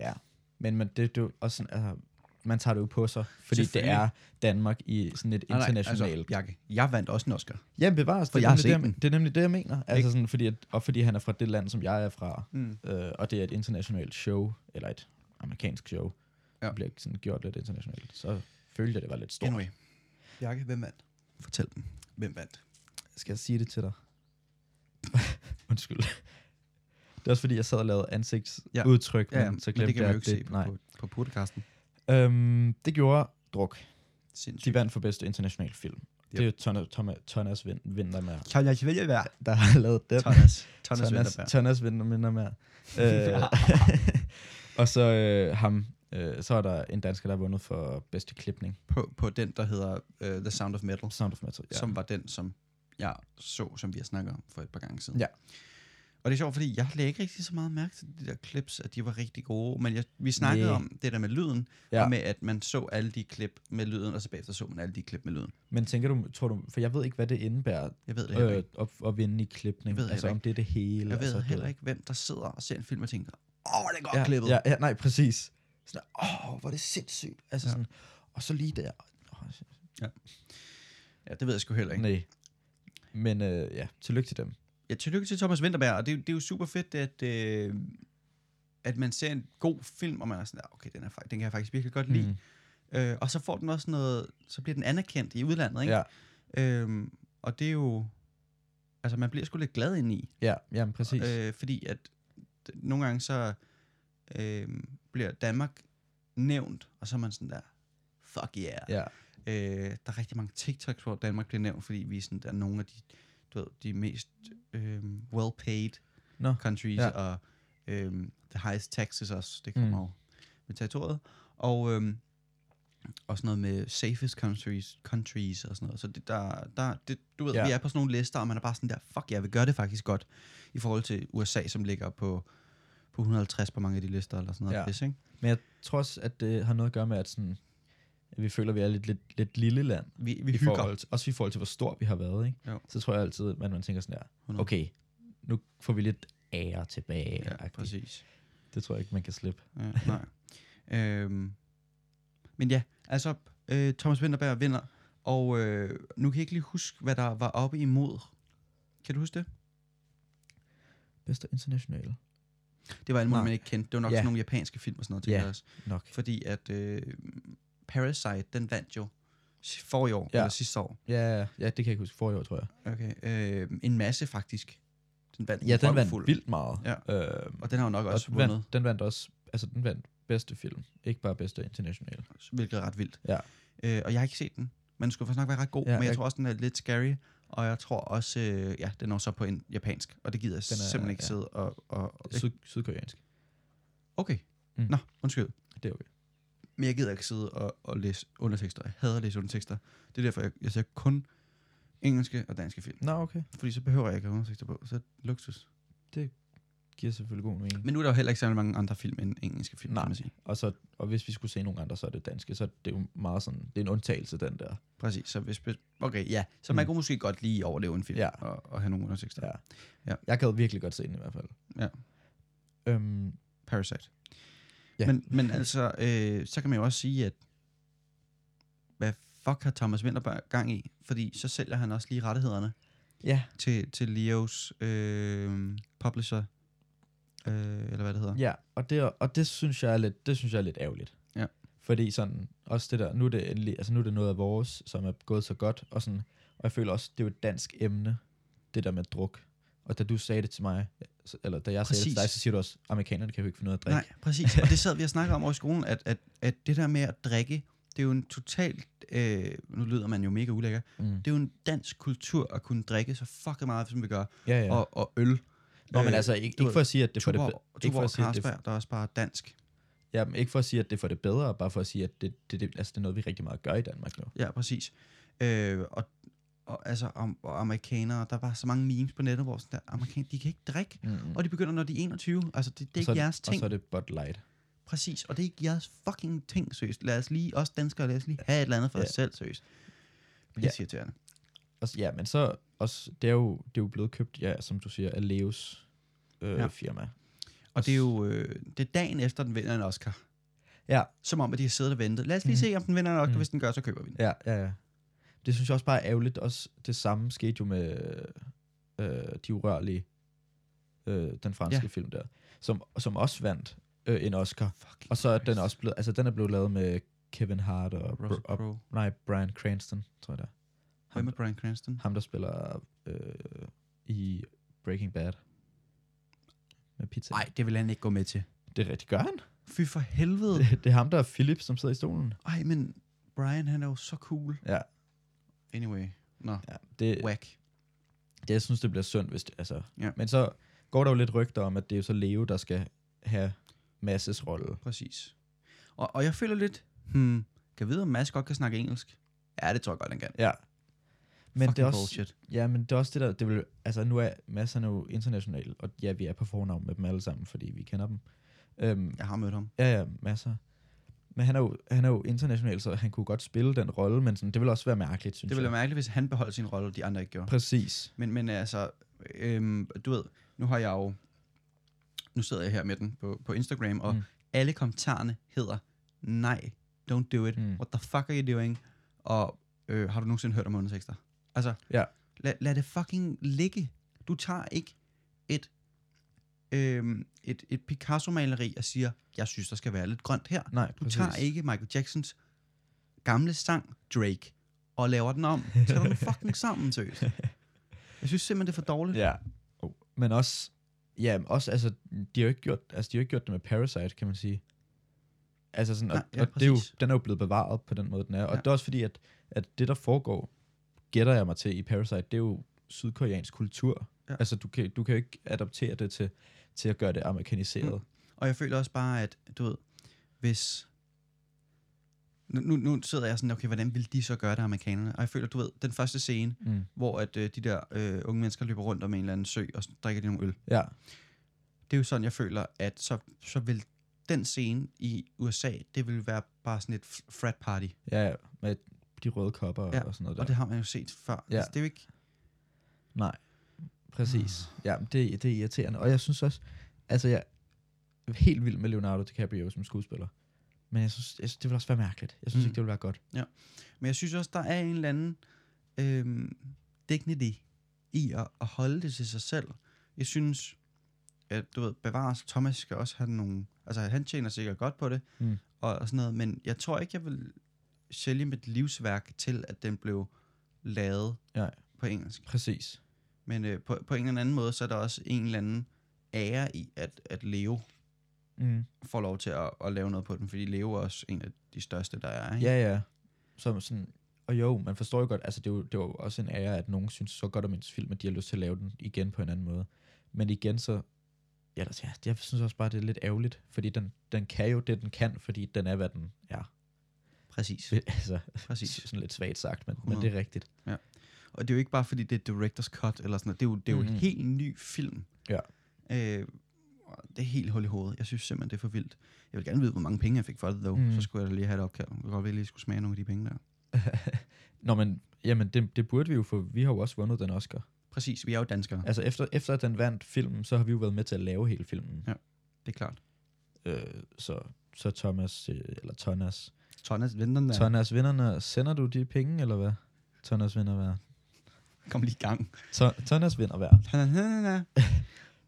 Speaker 2: ja. Men man, det, det, og sådan, altså, man tager det jo på sig, fordi det
Speaker 1: Selvfølgelig.
Speaker 2: er Danmark i sådan et
Speaker 1: Nej, nej,
Speaker 2: internationalt...
Speaker 1: Altså, Jakke, jeg vandt også en Oscar.
Speaker 2: Ja, bevares.
Speaker 1: For
Speaker 2: det,
Speaker 1: jeg har
Speaker 2: er nemlig
Speaker 1: set
Speaker 2: det,
Speaker 1: den.
Speaker 2: jeg- det er nemlig det, jeg mener. Altså sådan, fordi at, og fordi han er fra det land, som jeg er fra,
Speaker 1: Mm.
Speaker 2: øh, og det er et internationalt show, eller et amerikansk show,
Speaker 1: Ja.
Speaker 2: ja. det bliver sådan gjort lidt internationalt, så følte jeg, det var lidt stort.
Speaker 1: Anyway. Jakke, hvem vandt? Fortæl dem. Hvem vandt?
Speaker 2: Skal jeg sige det til dig? Undskyld. Det er også fordi, jeg sad og lavede
Speaker 1: Ja.
Speaker 2: ansigtsudtryk, ja. men så
Speaker 1: men
Speaker 2: glemte
Speaker 1: det kan man
Speaker 2: jeg,
Speaker 1: jo ikke
Speaker 2: at
Speaker 1: se
Speaker 2: det,
Speaker 1: på,
Speaker 2: nej.
Speaker 1: på, på podcasten.
Speaker 2: Øhm, det gjorde Druk.
Speaker 1: Sindssygt.
Speaker 2: De vandt for bedste international film. Yep. Det er jo Thomas, Thomas, Thomas Vind- Vintermær,
Speaker 1: Thomas Vinterberg.
Speaker 2: der har lavet den.
Speaker 1: Thomas. Thomas
Speaker 2: Thomas,
Speaker 1: Vinterberg.
Speaker 2: Thomas Vinter minder mere. Øh, og så øh, ham. Øh, så er der en dansker, der har vundet for bedste klipning.
Speaker 1: På, på den, der hedder uh, The Sound of Metal,
Speaker 2: Sound of Metal.
Speaker 1: ja. som var den, som jeg så, som vi har snakket om for et par gange siden.
Speaker 2: Ja.
Speaker 1: Og det er sjovt, fordi jeg lagde ikke rigtig så meget mærke til de der clips, at de var rigtig gode, men jeg, vi snakkede
Speaker 2: Næ.
Speaker 1: yeah. om det der med lyden,
Speaker 2: Ja.
Speaker 1: ja. og med at man så alle de klip med lyden, og så bagefter så man alle de klip med lyden.
Speaker 2: Men tænker du, tror du, for jeg ved ikke, hvad det indebærer
Speaker 1: Jeg ved det heller
Speaker 2: øh,
Speaker 1: ikke.
Speaker 2: at, at vinde i klipning.
Speaker 1: Jeg ved det
Speaker 2: altså
Speaker 1: heller
Speaker 2: om det er det hele.
Speaker 1: Jeg
Speaker 2: altså,
Speaker 1: ved
Speaker 2: det-
Speaker 1: heller ikke, hvem der sidder og ser en film og tænker, åh, oh, det er godt
Speaker 2: Ja,
Speaker 1: klippet.
Speaker 2: ja, ja, nej, præcis. Sådan, åh, hvor er det sindssygt. Altså ja.
Speaker 1: Ja.
Speaker 2: sådan, og så lige der. Åh,
Speaker 1: ja, det ved jeg sgu heller ikke.
Speaker 2: nej. Men øh, ja, tillykke til dem.
Speaker 1: Ja, tillykke til Thomas Vinterberg, og det, er jo- det er jo super fedt, at, øh, at man ser en god film, og man er sådan, "Ah, okay, den, er, fa- den kan jeg faktisk virkelig godt lide. Mm. Øh, og så får den også noget, så bliver den anerkendt i udlandet, ikke?
Speaker 2: Ja,
Speaker 1: Øhm, og det er jo, altså man bliver sgu lidt glad ind i,
Speaker 2: ja, jamen, præcis. Øh,
Speaker 1: øh, fordi at d- nogle gange så øh, bliver Danmark nævnt, og så er man sådan der, fuck yeah.
Speaker 2: ja.
Speaker 1: Øh, der er rigtig mange TikToks, hvor Danmark bliver nævnt, fordi vi er sådan, der er nogle af de, du ved, de mest øh, well-paid
Speaker 2: Nå,
Speaker 1: countries,
Speaker 2: ja.
Speaker 1: ja. og øhm, øh, the highest taxes også, det kommer
Speaker 2: Mm.
Speaker 1: mm. over med territoriet. Og øh, og sådan noget med safest countries, countries og sådan noget. Så det, der, der, det, du ved,
Speaker 2: Ja.
Speaker 1: ja. vi er på sådan nogle lister, og man er bare sådan der, fuck, jeg vil gøre det faktisk godt, i forhold til USA, som ligger på, på 150 på mange af de lister, eller sådan noget.
Speaker 2: Ja.
Speaker 1: Ja. Pis, ikke?
Speaker 2: Men jeg tror også, at det har noget at gøre med, at, sådan, at vi føler, at vi er lidt, lidt, lidt lille land.
Speaker 1: Vi, vi
Speaker 2: i
Speaker 1: hygger.
Speaker 2: forhold til, også i forhold til, hvor stor vi har været. Ikke?
Speaker 1: Jo.
Speaker 2: Så tror jeg altid, at man tænker sådan der,
Speaker 1: 100.
Speaker 2: okay, nu får vi lidt ære tilbage.
Speaker 1: Ja,
Speaker 2: agtigt.
Speaker 1: præcis.
Speaker 2: Det tror jeg ikke, man kan slippe.
Speaker 1: Ja, Øh, nej. øhm, men ja, altså, øh, Thomas Vinterberg vinder, og øh, nu kan jeg ikke lige huske, hvad der var oppe imod. Kan du huske det?
Speaker 2: Bedste internationale.
Speaker 1: Det var alt muligt,
Speaker 2: Nej.
Speaker 1: man ikke kendte. Det var nok
Speaker 2: Ja.
Speaker 1: yeah. sådan nogle japanske film og sådan noget, tænker
Speaker 2: Ja.
Speaker 1: jeg også.
Speaker 2: Nok.
Speaker 1: Fordi at øh, Parasite, den vandt jo si- for i år,
Speaker 2: Ja.
Speaker 1: ja. eller sidste år.
Speaker 2: Ja, ja, ja, det kan jeg ikke huske. Forrige år, tror jeg.
Speaker 1: Okay. Øh, en masse, faktisk. Den vandt
Speaker 2: Ja, den
Speaker 1: røvfuld.
Speaker 2: vandt vildt meget.
Speaker 1: Ja.
Speaker 2: Øhm,
Speaker 1: Og den har jo nok
Speaker 2: og
Speaker 1: også
Speaker 2: den
Speaker 1: vundet,
Speaker 2: vandt, den vandt også, altså den vandt bedste film. Ikke bare bedste internationale.
Speaker 1: hvilket er ret vildt.
Speaker 2: Ja.
Speaker 1: Øh, og jeg har ikke set den, men den skulle faktisk nok være ret god,
Speaker 2: Ja,
Speaker 1: ja, men jeg,
Speaker 2: jeg-
Speaker 1: tror også, den er lidt scary. Og jeg tror også, øh, ja, den er jo så på en japansk, og det gider jeg
Speaker 2: Den er-
Speaker 1: simpelthen ikke
Speaker 2: ja.
Speaker 1: sidde og... og, og
Speaker 2: Syd, sydkoreansk.
Speaker 1: okay.
Speaker 2: Mm.
Speaker 1: Mm. Nå, undskyld.
Speaker 2: Det er okay.
Speaker 1: Men jeg gider ikke sidde og, og læse undertekster. Jeg hader at læse undertekster. Det er derfor, jeg, jeg ser kun engelske og danske film.
Speaker 2: Nå, okay.
Speaker 1: Fordi så behøver jeg ikke at have undertekster på. Så er det luksus.
Speaker 2: Giver selvfølgelig god mening. Men,
Speaker 1: Men nu er der jo heller ikke særlig mange andre film end engelske film,
Speaker 2: Nej.
Speaker 1: kan man sige.
Speaker 2: og, så, og hvis vi skulle se nogle andre, så er det danske. Så er det jo meget sådan, det er en undtagelse, den der.
Speaker 1: Præcis. Så hvis, okay, ja. Så man
Speaker 2: Mm.
Speaker 1: kunne måske godt lige overleve en film
Speaker 2: Ja.
Speaker 1: og, og have nogle undertekster.
Speaker 2: Ja.
Speaker 1: Ja.
Speaker 2: Jeg gad virkelig godt se den i hvert fald.
Speaker 1: Ja.
Speaker 2: Øhm,
Speaker 1: Parasite.
Speaker 2: Ja.
Speaker 1: Ja. Men, men altså, øh, så kan man jo også sige, at hvad fuck har Thomas Winterberg gang i? Fordi så sælger han også lige rettighederne
Speaker 2: ja.
Speaker 1: til, til Leos øh, publisher, øh, eller hvad det hedder.
Speaker 2: ja, og det, er- og det synes jeg er lidt, det synes jeg er lidt ærgerligt.
Speaker 1: Ja.
Speaker 2: Fordi sådan, også det der, nu er det, endelig, altså nu er det noget af vores, som er gået så godt, og sådan, og jeg føler også, det er jo et dansk emne, det der med druk. Og da du sagde det til mig, så- eller da jeg sagde det
Speaker 1: Præcis.
Speaker 2: til dig, så siger du også, amerikanerne kan jo ikke finde noget at drikke.
Speaker 1: Nej, præcis. Og det sad vi og snakkede om over i skolen, at, at, at det der med at drikke, det er jo en totalt, øh, nu lyder man jo mega ulækker,
Speaker 2: Mm.
Speaker 1: det er jo en dansk kultur at kunne drikke så fucking meget, som vi gør,
Speaker 2: Ja, ja.
Speaker 1: ja. og, og øl.
Speaker 2: Nå, men
Speaker 1: øh,
Speaker 2: altså, ikke,
Speaker 1: du
Speaker 2: ikke
Speaker 1: ved,
Speaker 2: for at sige, at det får det
Speaker 1: Tuborg,
Speaker 2: bedre. Ikke for
Speaker 1: Tuborg
Speaker 2: at sige, at det,
Speaker 1: Carlsberg, der er også bare dansk.
Speaker 2: ja, men ikke for at sige, at det får det bedre, bare for at sige, at det, det, det, altså, det er noget, vi rigtig meget gør i Danmark nu.
Speaker 1: Ja, præcis. Øh, og, og, altså, om, og amerikanere, der var så mange memes på nettet, hvor sådan der, amerikanere, de kan ikke drikke,
Speaker 2: Mm.
Speaker 1: og de begynder, når de er 21. Altså, det, det er
Speaker 2: Og så
Speaker 1: ikke jeres
Speaker 2: Og
Speaker 1: ting.
Speaker 2: så er det Bud Light.
Speaker 1: Præcis, og det er ikke jeres fucking ting, søs. Lad os lige, også danskere, lad os lige have et eller andet for
Speaker 2: Ja.
Speaker 1: os selv, søs.
Speaker 2: Ja.
Speaker 1: Det irriterende.
Speaker 2: Og, s- ja, men så også, det er jo, det er jo blevet købt, ja, som du siger, af Leos øh, ja.
Speaker 1: Ja.
Speaker 2: firma.
Speaker 1: Og det er jo øh, det er dagen efter, den vinder en Oscar.
Speaker 2: Ja.
Speaker 1: Som om, at de har siddet og ventet. Lad os lige
Speaker 2: Mhm.
Speaker 1: se, om den vinder en Oscar.
Speaker 2: Mhm.
Speaker 1: Hvis den gør, så køber vi den.
Speaker 2: Ja, ja, ja. Det synes jeg også bare er ærgerligt. Også det samme skete jo med øh, De Urørlige, øh, den franske ja.
Speaker 1: Ja.
Speaker 2: film der, som, som også vandt øh, en Oscar.
Speaker 1: Fucking
Speaker 2: Og så er den
Speaker 1: Christ.
Speaker 2: også blevet, altså den er blevet lavet med Kevin Hart og,
Speaker 1: Russell
Speaker 2: og
Speaker 1: Crowe.
Speaker 2: nej, Brian Cranston, tror jeg det er.
Speaker 1: Hvem
Speaker 2: Ham,
Speaker 1: er Brian Cranston?
Speaker 2: ham der spiller øh, i Breaking Bad. Med pizza.
Speaker 1: Nej, det vil han ikke gå med til.
Speaker 2: det er rigtigt. Gør han?
Speaker 1: Fy for helvede.
Speaker 2: Det, det er ham, der er Philip, som sidder i stolen.
Speaker 1: Ej, men Brian, han er jo så cool.
Speaker 2: Ja.
Speaker 1: Anyway. Nå,
Speaker 2: Ja, det,
Speaker 1: whack.
Speaker 2: det, jeg synes, det bliver synd, hvis det, altså.
Speaker 1: Ja.
Speaker 2: Men så går der jo lidt rygter om, at det er jo så Leo, der skal have Masses rolle.
Speaker 1: Præcis. Og, og jeg føler lidt, hmm, kan jeg vide, om Mads godt kan snakke engelsk? Ja, det tror jeg godt, han kan.
Speaker 2: Ja. Men
Speaker 1: Fucking
Speaker 2: det, er også,
Speaker 1: bullshit.
Speaker 2: ja, men det er også det der, det vil, altså nu er Mads han er jo international, og ja, vi er på fornavn med dem alle sammen, fordi vi kender dem. Øhm,
Speaker 1: Jeg har mødt ham.
Speaker 2: ja, ja, masser. Men han er, jo, han er jo international, så han kunne godt spille den rolle, men sådan, det vil også være mærkeligt, synes
Speaker 1: Det ville
Speaker 2: jeg.
Speaker 1: være mærkeligt, hvis han beholdt sin rolle, og de andre ikke gjorde.
Speaker 2: Præcis.
Speaker 1: Men, men altså, øhm, du ved, nu har jeg jo, nu sidder jeg her med den på, på Instagram, og
Speaker 2: Mm.
Speaker 1: mm. alle kommentarerne hedder, nej, don't do it,
Speaker 2: Mm.
Speaker 1: mm. what the fuck are you doing, og øh, har du nogensinde hørt om undertekster? Altså,
Speaker 2: Ja.
Speaker 1: lad, lad det fucking ligge. Du tager ikke et, øhm, et, et Picasso-maleri og siger, jeg synes, der skal være lidt grønt her.
Speaker 2: Nej,
Speaker 1: Du
Speaker 2: præcis.
Speaker 1: tager ikke Michael Jacksons gamle sang, Drake, og laver den om. Tag den fucking sammen, seriøst. Jeg synes simpelthen, det er for dårligt.
Speaker 2: Ja. Oh. Men også, ja, men også, altså, de har jo ikke gjort, altså, de har jo ikke gjort det med Parasite, kan man sige. Altså sådan, og,
Speaker 1: Nej,
Speaker 2: ja,
Speaker 1: ja,
Speaker 2: og det er jo,
Speaker 1: præcis.
Speaker 2: den er jo blevet bevaret på den måde, den er. Og ja.
Speaker 1: Ja.
Speaker 2: det er også fordi, at, at det, der foregår, gætter jeg mig til i Parasite, det er jo sydkoreansk kultur. Ja.
Speaker 1: Ja.
Speaker 2: Altså, du kan, du kan jo ikke adoptere det til, til at gøre det amerikaniseret. Mm.
Speaker 1: Og jeg føler også bare, at du ved, hvis... nu, nu, nu sidder jeg sådan, okay, hvordan vil de så gøre det, amerikanerne? Og jeg føler, du ved, den første scene,
Speaker 2: Mm.
Speaker 1: hvor at, øh, de der øh, unge mennesker løber rundt om en eller anden sø, og så drikker de nogle øl.
Speaker 2: Ja.
Speaker 1: Det er jo sådan, jeg føler, at så, så vil den scene i USA, det vil være bare sådan et f- frat party.
Speaker 2: ja, ja, med de røde kopper ja.
Speaker 1: Ja,
Speaker 2: og sådan noget der.
Speaker 1: Og det har man jo set før.
Speaker 2: Ja.
Speaker 1: Altså, det er jo ikke...
Speaker 2: Nej, præcis. Mm. Ja, men det, det er irriterende. Og jeg synes også, altså jeg er helt vild med Leonardo DiCaprio som skuespiller. Men jeg synes, jeg synes det ville også være mærkeligt. Jeg synes mm.
Speaker 1: Mm.
Speaker 2: ikke, det ville være godt.
Speaker 1: Men jeg synes også, der er en eller anden øh, dignity i at, at holde det til sig selv. Jeg synes, at du ved, bevares, Thomas skal også have nogle... Altså, han tjener sikkert godt på det,
Speaker 2: Mm.
Speaker 1: og, og sådan noget, men jeg tror ikke, jeg vil sælge mit livsværk til, at den blev lavet
Speaker 2: Nej.
Speaker 1: på engelsk.
Speaker 2: Præcis.
Speaker 1: Men øh, på, på en eller anden måde, så er der også en eller anden ære i, at, at Leo
Speaker 2: Mm.
Speaker 1: får lov til at, at lave noget på den, fordi Leo er også en af de største, der er. Ikke?
Speaker 2: Ja, ja. Så sådan, og jo, man forstår jo godt, altså det er jo, det er jo også en ære, at nogen synes så godt om ens film, at de har lyst til at lave den igen på en anden måde. Men igen så, ja, der- ja, jeg synes også bare, det er lidt ærgerligt, fordi den, den kan jo det, den kan, fordi den er, hvad den er.
Speaker 1: Præcis.
Speaker 2: Det- Altså,
Speaker 1: Præcis.
Speaker 2: sådan lidt svagt sagt, men, men det er rigtigt.
Speaker 1: Og det er jo ikke bare, fordi det er director's cut eller sådan noget. Det er jo, det er jo
Speaker 2: Mhm.
Speaker 1: en helt ny film.
Speaker 2: Ja.
Speaker 1: Øh, og det er helt hul i hovedet. Jeg synes simpelthen, det er for vildt. Jeg vil gerne vide, hvor mange penge jeg fik for det, dog.
Speaker 2: Mhm.
Speaker 1: Så skulle jeg da lige have et opkald. Jeg kunne godt være, at jeg lige skulle smage nogle af de penge der.
Speaker 2: Nå, men jamen, det, det burde vi jo få. Vi har jo også vundet den Oscar.
Speaker 1: Præcis, vi er jo danskere. Ja.
Speaker 2: Altså, efter, efter at den vandt filmen, så har vi jo været med til at lave hele filmen.
Speaker 1: Ja. Det er klart.
Speaker 2: Øh, så, så Thomas, øh, eller Thomas.
Speaker 1: Thomas, venter den
Speaker 2: Ja.
Speaker 1: der.
Speaker 2: Thomas, vinderne, sender du de penge, eller hvad? Thomas vinder hver.
Speaker 1: Kom lige i gang.
Speaker 2: To- Thomas vinder hver.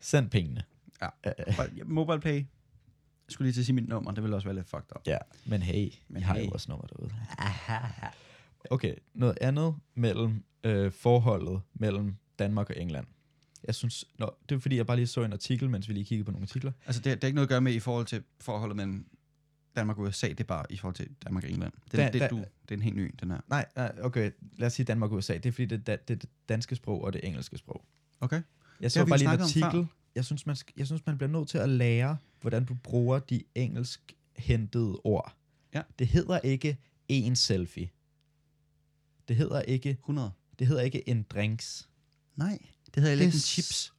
Speaker 2: Send pengene. Øh,
Speaker 1: Og Mobile Pay. Jeg skulle lige til at sige mit nummer. Det ville også være lidt fucked up.
Speaker 2: Ja, men hey, men
Speaker 1: Men
Speaker 2: I har
Speaker 1: hey.
Speaker 2: jo også nummer derude. Okay, noget andet mellem øh, forholdet mellem Danmark og England. Jeg synes, nå, det er fordi, jeg bare lige så en artikel, mens vi lige kiggede på nogle artikler.
Speaker 1: Altså, det, det har ikke noget at gøre med i forhold til forholdet mellem Danmark og USA. Det er bare i forhold til Danmark og England. Det,
Speaker 2: Da-
Speaker 1: da, det,
Speaker 2: da-
Speaker 1: du, det er en helt ny, den her.
Speaker 2: Nej, nej, okay, lad os sige Danmark og USA. Det er fordi, det, er da- det, er det danske sprog og det engelske sprog.
Speaker 1: Okay?
Speaker 2: Jeg
Speaker 1: har
Speaker 2: så
Speaker 1: vi
Speaker 2: bare
Speaker 1: jo
Speaker 2: lige en
Speaker 1: snakket om
Speaker 2: artikel. Jeg synes, man, sk- jeg synes, man bliver nødt til at lære, hvordan du bruger de engelsk hentede ord.
Speaker 1: Ja.
Speaker 2: Det hedder ikke en selfie. Det hedder ikke,
Speaker 1: 100.
Speaker 2: det hedder ikke en drinks.
Speaker 1: Nej, det hedder
Speaker 2: Det
Speaker 1: ikke
Speaker 2: er
Speaker 1: en chips.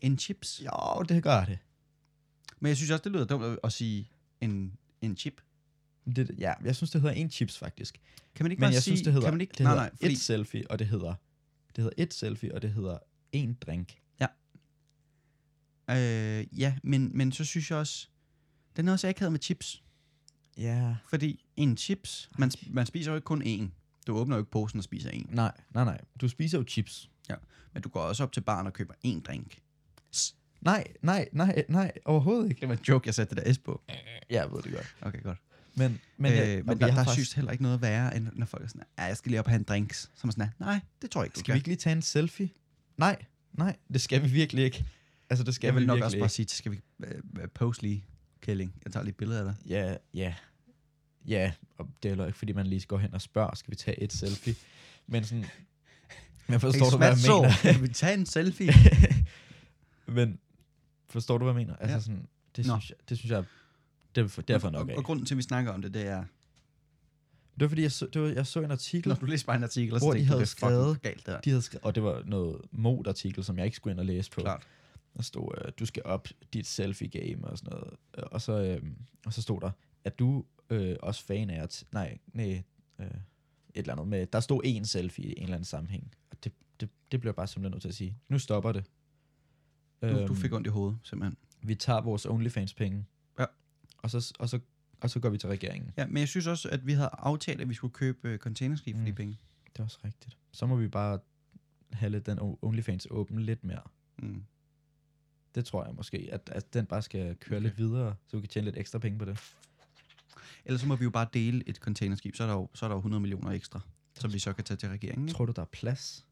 Speaker 1: En chips.
Speaker 2: Jo, det gør det.
Speaker 1: Men jeg synes også, det lyder dumt at- at sige en, en chip.
Speaker 2: det ja, jeg synes, det hedder en chips faktisk.
Speaker 1: Kan man ikke
Speaker 2: Men
Speaker 1: bare
Speaker 2: jeg
Speaker 1: sige,
Speaker 2: synes, det hedder,
Speaker 1: kan man ikke,
Speaker 2: det
Speaker 1: nej,
Speaker 2: hedder
Speaker 1: nej, fordi,
Speaker 2: et selfie, og det hedder, det hedder et selfie, og det hedder en drink.
Speaker 1: øh, ja, men, men så synes jeg også, den er også akavet med chips.
Speaker 2: Ja.
Speaker 1: Fordi en chips, man,
Speaker 2: Ej.
Speaker 1: man spiser jo ikke kun én. Du åbner jo ikke posen og spiser en.
Speaker 2: Nej, nej, nej. Du spiser jo chips.
Speaker 1: Men du går også op til baren og køber en drink.
Speaker 2: Nej, nej, nej, nej, overhovedet ikke.
Speaker 1: Det var en joke, jeg satte det der S på.
Speaker 2: Ja, jeg ved det godt.
Speaker 1: Okay, godt.
Speaker 2: Men, men,
Speaker 1: Men,
Speaker 2: jeg,
Speaker 1: øh, men
Speaker 2: okay,
Speaker 1: der,
Speaker 2: jeg
Speaker 1: der
Speaker 2: har
Speaker 1: er synes heller ikke noget værre, end når folk er sådan, "Ah, jeg skal lige op og have en drinks. Så er man sådan, "Ah, nej, det tror jeg ikke, du
Speaker 2: Skal vi ikke lige tage en selfie? Nej, nej, det skal vi virkelig ikke. Altså, det skal
Speaker 1: Jeg
Speaker 2: vi
Speaker 1: vil nok
Speaker 2: virkelig
Speaker 1: også
Speaker 2: ikke.
Speaker 1: bare sige, så skal vi øh, øh, post lige, Kælling. Jeg tager lige et billede af dig.
Speaker 2: Ja, ja. Ja, og det er heller ikke, fordi man lige går hen og spørger, skal vi tage et selfie? Men sådan, men forstår du, hvad jeg mener?
Speaker 1: mener? vi tage en selfie?
Speaker 2: Men forstår du, hvad jeg mener? Altså
Speaker 1: Ja.
Speaker 2: sådan, det
Speaker 1: Nå.
Speaker 2: synes, jeg, det synes jeg, det er for, derfor nok
Speaker 1: og,
Speaker 2: af.
Speaker 1: og, grunden til, at vi snakker om det, det er,
Speaker 2: Det var fordi, jeg så, det var, jeg så en artikel,
Speaker 1: når du læser bare en artikel, og så
Speaker 2: Hvor de
Speaker 1: tænker du,
Speaker 2: havde
Speaker 1: det er fucking
Speaker 2: skrevet-
Speaker 1: galt det der.
Speaker 2: de havde skrevet, og det var noget mod-artikel, som jeg ikke skulle ind og læse på.
Speaker 1: Klart.
Speaker 2: Der stod, øh, du skal op dit selfie-game og sådan noget. Øh, Og så, øh, og så stod der, at du øh, også fan af at... Nej, nej, øh, et eller andet med... Der stod en selfie i en eller anden sammenhæng. Og det, det, det blev jeg bare simpelthen nødt til at sige. Nu stopper det.
Speaker 1: Du,
Speaker 2: øhm,
Speaker 1: du fik ondt i hovedet, simpelthen.
Speaker 2: Vi tager vores OnlyFans-penge.
Speaker 1: Ja.
Speaker 2: Og så, og, så, og så går vi til regeringen.
Speaker 1: Ja, men jeg synes også, at vi havde aftalt, at vi skulle købe øh, containerskib for
Speaker 2: Mm.
Speaker 1: de penge.
Speaker 2: Det er også rigtigt. Så må vi bare have lidt den O- OnlyFans åben lidt mere.
Speaker 1: Mm.
Speaker 2: Det tror jeg måske, at, at den bare skal køre
Speaker 1: Okay.
Speaker 2: lidt videre, så vi kan tjene lidt ekstra penge på det.
Speaker 1: Ellers så må vi jo bare dele et containerskib, så er der jo, så er der jo 100 millioner ekstra, som vi så kan tage til regeringen. Ikke?
Speaker 2: Tror du, der er plads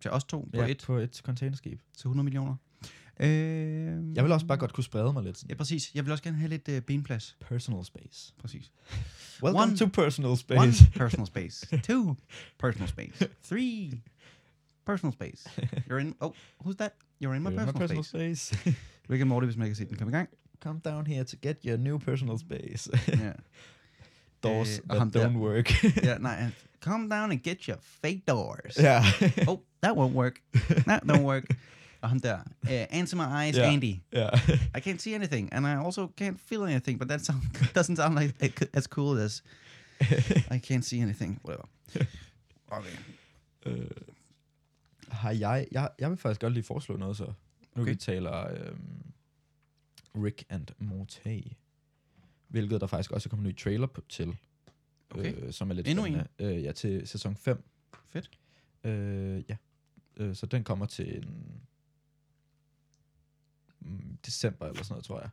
Speaker 1: Til os to på ja. et,
Speaker 2: på et containerskib?
Speaker 1: til 100 millioner. Øh,
Speaker 2: Jeg vil også bare godt kunne sprede mig lidt.
Speaker 1: Ja,
Speaker 2: Sådan.
Speaker 1: præcis. Jeg vil også gerne have lidt øh, benplads.
Speaker 2: Personal space.
Speaker 1: Præcis.
Speaker 2: Welcome One.
Speaker 1: One-
Speaker 2: to personal
Speaker 1: One
Speaker 2: space.
Speaker 1: personal space. Two personal space. Three personal space. You're in. Oh, who's that? You're in my personal,
Speaker 2: You're my personal
Speaker 1: space.
Speaker 2: space.
Speaker 1: Rick and Morty, hvis man kan se den komme i gang.
Speaker 2: Come down here to get your new personal space.
Speaker 1: Ja.
Speaker 2: doors
Speaker 1: Øh,
Speaker 2: øh,
Speaker 1: og
Speaker 2: that
Speaker 1: ham der.
Speaker 2: don't work.
Speaker 1: ja, nej. han- Come down and get your fake doors.
Speaker 2: ja.
Speaker 1: Oh, that won't work. That don't work. Og ham der. Uh, answer my eyes,
Speaker 2: Ja.
Speaker 1: Andy.
Speaker 2: ja.
Speaker 1: I can't see anything, and I also can't feel anything, but that sound, doesn't sound like it, c- as cool as I can't see anything. Whatever. Okay.
Speaker 2: øh, har jeg, jeg, jeg vil faktisk godt lige foreslå noget så. Nu
Speaker 1: Okay.
Speaker 2: okay. vi taler øh, Rick and Morty. Hvilket der faktisk også er kommet en ny trailer på, til.
Speaker 1: Okay.
Speaker 2: Øh, som er lidt
Speaker 1: Endnu
Speaker 2: spændende. Øh, ja, til sæson 5.
Speaker 1: Fedt.
Speaker 2: Øh, ja. Øh, så den kommer til en... mm, December eller sådan noget, tror jeg.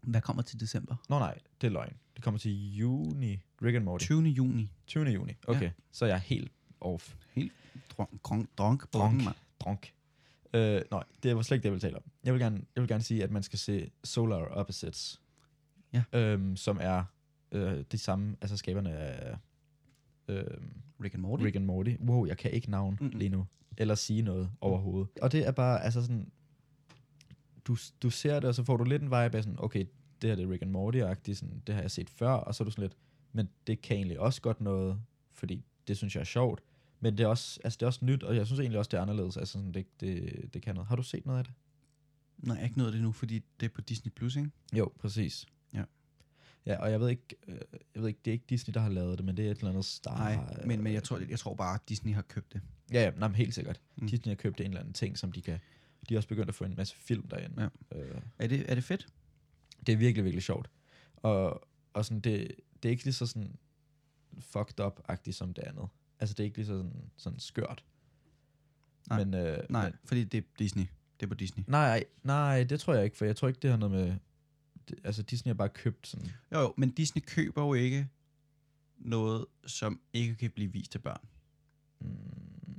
Speaker 1: Hvad kommer til december?
Speaker 2: Nå nej, det er løgn. Det kommer til juni. Rick and Morty.
Speaker 1: 20. juni.
Speaker 2: 20. juni. Okay, ja. så er jeg helt off.
Speaker 1: Drunk, drunk, drunk,
Speaker 2: Drunk.
Speaker 1: drunk. mand.
Speaker 2: Drunk. Øh, nej, det var slet ikke det, jeg ville tale om. Jeg vil gerne, jeg vil gerne sige, at man skal se Solar Opposites.
Speaker 1: Ja.
Speaker 2: Øhm, som er øh, de samme, altså skaberne af øh,
Speaker 1: Rick and Morty.
Speaker 2: Rick and Morty. Wow, jeg kan ikke navn
Speaker 1: Mm-mm. Mm.
Speaker 2: mm. lige nu. Eller sige noget overhovedet. Og det er bare, altså sådan, du, du ser det, og så får du lidt en vibe af sådan, okay, det her det er Rick and Morty-agtigt, sådan, det har jeg set før, og så er du sådan lidt, men det kan egentlig også godt noget, fordi det synes jeg er sjovt. Men det er også, altså det er også nyt, og jeg synes egentlig også, det er anderledes. Altså sådan, det, det, det kan noget. Har du set noget af det?
Speaker 1: Nej, ikke noget af det nu, fordi det er på Disney+, Plus, ikke?
Speaker 2: Jo, præcis.
Speaker 1: Ja.
Speaker 2: Ja, og jeg ved ikke, øh, jeg ved ikke, det er ikke Disney, der har lavet det, men det er et eller andet star.
Speaker 1: Nej, men, men jeg, tror, jeg tror bare, at Disney har købt det.
Speaker 2: Ja, ja, nej, men helt sikkert.
Speaker 1: Mm.
Speaker 2: Mm. Disney har købt en eller anden ting, som de kan... De er også begyndt at få en masse film derinde. Ja. Øh,
Speaker 1: Er det, er det fedt?
Speaker 2: det er virkelig, virkelig sjovt. Og, og sådan, det, det er ikke lige så sådan fucked up-agtigt som det andet. Altså, det er ikke lige så sådan, sådan skørt.
Speaker 1: Nej.
Speaker 2: Men, øh,
Speaker 1: Nej,
Speaker 2: Men,
Speaker 1: fordi det er Disney. Det er på Disney.
Speaker 2: nej, nej, det tror jeg ikke, for jeg tror ikke, det har noget med... Det, altså, Disney har bare købt sådan...
Speaker 1: Jo, jo, men Disney køber jo ikke noget, som ikke kan blive vist til børn.
Speaker 2: Mm,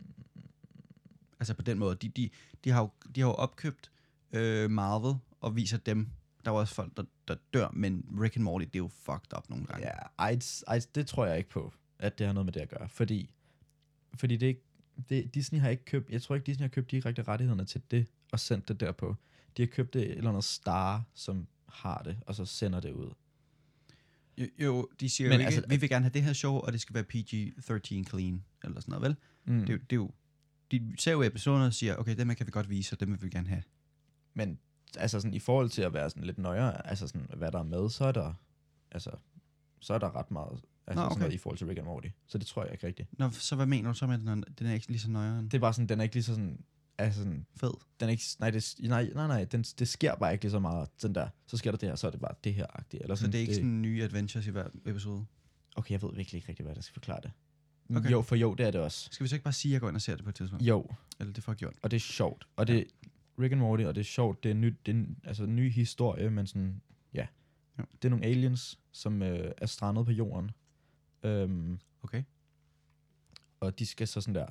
Speaker 1: Altså på den måde. De, de, de, har, jo, de har jo opkøbt øh, Marvel og viser dem. Der er jo også folk, der, der dør, men Rick and Morty, det er jo fucked up nogle gange.
Speaker 2: ja, ej, s- ej, det tror jeg ikke på, at det har noget med det at gøre. Fordi, fordi det, er ikke- det, Disney har ikke købt... Jeg tror ikke, Disney har købt direkte rettighederne til det og sendt det derpå. De har købt det et eller andet star, som har det, og så sender det ud.
Speaker 1: Jo, jo de siger men
Speaker 2: Men
Speaker 1: jo ikke, altså,
Speaker 2: altså-
Speaker 1: vi vil gerne have det her show, og det skal være PG-13 clean, eller sådan noget, vel?
Speaker 2: Mm.
Speaker 1: Det, er jo- det er jo, de ser jo episoderne og siger, okay, dem her kan vi godt vise, og dem vil vi gerne have.
Speaker 2: Men altså sådan, i forhold til at være sådan lidt nøjere, altså sådan, hvad der er med, så er der, altså, så er der ret meget
Speaker 1: Nå,
Speaker 2: altså,
Speaker 1: okay.
Speaker 2: Nå, okay. sådan noget, i forhold til Rick and Morty. Så det tror jeg ikke rigtigt.
Speaker 1: Nå, så hvad mener du så med, at den er, den er ikke lige så nøjere end
Speaker 2: Det er bare sådan, den er ikke lige så sådan, altså sådan,
Speaker 1: fed?
Speaker 2: den er ikke, nej, det, nej, nej, nej den, det sker bare ikke lige så meget, den der, så sker der det her, så er det bare det her agtigt. Eller
Speaker 1: Så Altså,
Speaker 2: sådan,
Speaker 1: det er ikke sådan nye adventures i hver episode?
Speaker 2: Okay, jeg ved virkelig ikke rigtigt, hvad der skal forklare det.
Speaker 1: Okay.
Speaker 2: Okay. Jo, for jo, det er det også.
Speaker 1: Skal vi så ikke bare sige, at jeg går ind og ser det på et tidspunkt?
Speaker 2: Jo,
Speaker 1: Eller det får jeg gjort.
Speaker 2: og det er sjovt. Og det er Rick and Morty, og det er sjovt. Det er, nyt, det er en, altså, en ny historie, men sådan, ja.
Speaker 1: Ja.
Speaker 2: Det er nogle aliens, som øh, er strandet på jorden. Øhm,
Speaker 1: Okay.
Speaker 2: og de skal så sådan der,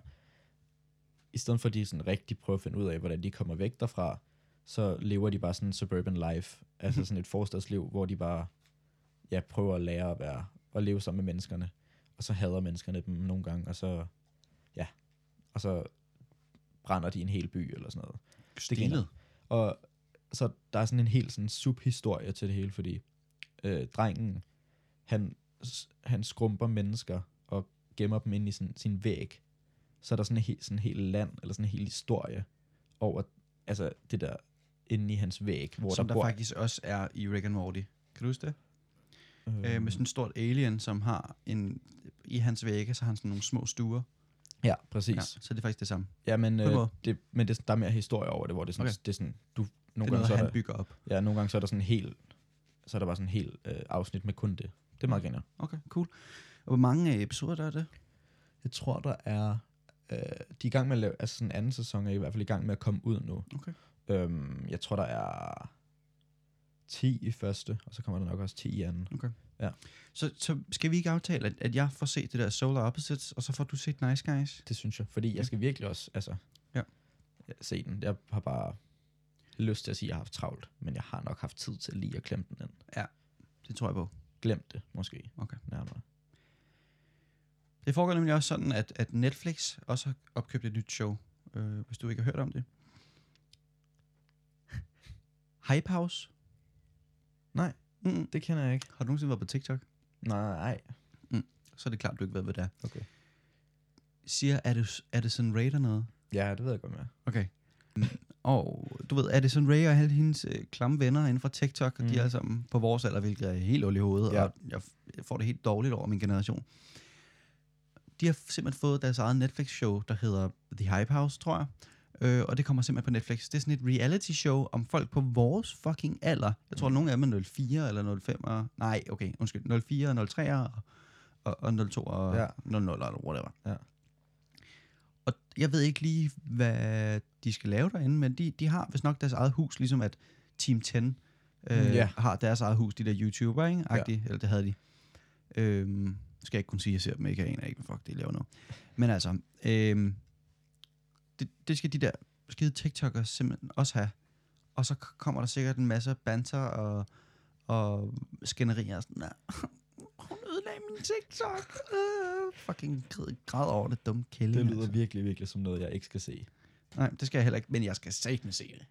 Speaker 2: i stedet for at de sådan rigtig prøver at finde ud af, hvordan de kommer væk derfra, så lever de bare sådan en suburban life, altså sådan et forstadsliv, hvor de bare ja, prøver at lære at være, at leve sammen med menneskerne, og så hader menneskerne dem nogle gange, og så, ja, og så brænder de en hel by eller sådan noget. griner.
Speaker 1: Stilet.
Speaker 2: Og så der er sådan en helt sådan subhistorie til det hele, fordi øh, drengen, han, s- han skrumper mennesker og gemmer dem ind i sådan, sin væg. Så er der sådan en helt, sådan en hel land, eller sådan en hel historie over altså det der inde i hans væg, hvor
Speaker 1: Som
Speaker 2: der
Speaker 1: der
Speaker 2: bor...
Speaker 1: faktisk også er i Rick and Morty. Kan du huske det?
Speaker 2: øh,
Speaker 1: Øh, med sådan et stort alien, som har en... I hans vægge, så har han sådan nogle små stuer.
Speaker 2: ja,
Speaker 1: Ja,
Speaker 2: præcis.
Speaker 1: så er det faktisk det samme.
Speaker 2: Ja, ja men,
Speaker 1: På en
Speaker 2: øh,
Speaker 1: måde.
Speaker 2: det, men det, er sådan- der er mere historie over det, hvor det er sådan,
Speaker 1: Okay.
Speaker 2: okay. det er sådan du,
Speaker 1: Det
Speaker 2: nogle
Speaker 1: er
Speaker 2: gange
Speaker 1: noget,
Speaker 2: så er
Speaker 1: han
Speaker 2: der,
Speaker 1: bygger op.
Speaker 2: ja, nogle gange så er der sådan en hel, så er der bare sådan en hel øh, afsnit med kun det. Det er
Speaker 1: Mm.
Speaker 2: meget genialt.
Speaker 1: Okay, cool. Og hvor mange øh, episoder der er det?
Speaker 2: Jeg tror, der er... Øh, de er i gang med at lave... Altså, sådan anden sæson er i hvert fald i gang med at komme ud nu.
Speaker 1: Okay.
Speaker 2: Øhm, jeg tror, der er 10 i første, og så kommer der nok også 10 i anden.
Speaker 1: Så, så skal vi ikke aftale, at, at jeg får set det der Solar Opposites, og så får du set Nice Guys?
Speaker 2: Det synes jeg. Fordi jeg skal virkelig også... Altså,
Speaker 1: Ja.
Speaker 2: se den. Jeg har bare lyst til at sige, at jeg har haft travlt, men jeg har nok haft tid til lige at klemme den ind.
Speaker 1: Det tror jeg på.
Speaker 2: Glem det, måske.
Speaker 1: Okay.
Speaker 2: Nærmere.
Speaker 1: Det foregår nemlig også sådan, at, at Netflix også har opkøbt et nyt show, øh, hvis du ikke har hørt om det. Hype House.
Speaker 2: Nej.
Speaker 1: Mm.
Speaker 2: Det kender jeg ikke.
Speaker 1: Har du nogensinde været på TikTok?
Speaker 2: Nej.
Speaker 1: Så er det klart, du ikke ved, hvad det er.
Speaker 2: Okay.
Speaker 1: Siger Addis- Addison Ray dernede?
Speaker 2: Ja, det ved jeg godt med.
Speaker 1: Okay. Mm, Og du ved, Addison Ray og alle hendes øh, klamme venner inden for TikTok, mm. de
Speaker 2: Mm.
Speaker 1: er alle sammen på vores alder, hvilket er helt ul i hovedet,
Speaker 2: Ja.
Speaker 1: og jeg, f- jeg får det helt dårligt over min generation. De har simpelthen fået deres eget Netflix-show, der hedder The Hype House, tror jeg. Øh, og det kommer simpelthen på Netflix. Det er sådan et reality-show om folk på vores fucking alder. Jeg tror, mm. nogle af dem er 04 eller 05. Nej, okay, undskyld. 04 og 03 og, og, og 02 og
Speaker 2: Ja.
Speaker 1: ja. 00 eller whatever.
Speaker 2: Ja.
Speaker 1: Og jeg ved ikke lige, hvad de skal lave derinde, men de, de har vist nok deres eget hus, ligesom at Team 10 øh,
Speaker 2: Mm, Ja.
Speaker 1: har deres eget hus, de der YouTuber, ikke? Ja. Eller det havde de. Øhm, skal jeg ikke kunne sige, at jeg ser dem ikke, jeg aner ikke, hvad fuck de laver nu. Men altså, øhm, det, det skal de der skide TikTok'ere simpelthen også have. Og så k- kommer der sikkert en masse banter og, og skænderier og sådan, nej, hun ødelagde min TikTok. Uh, fucking græd, græd over det dumme kælling.
Speaker 2: Det lyder virkelig, virkelig som noget, jeg ikke skal se.
Speaker 1: Nej, det skal jeg heller ikke, men jeg skal satme se det.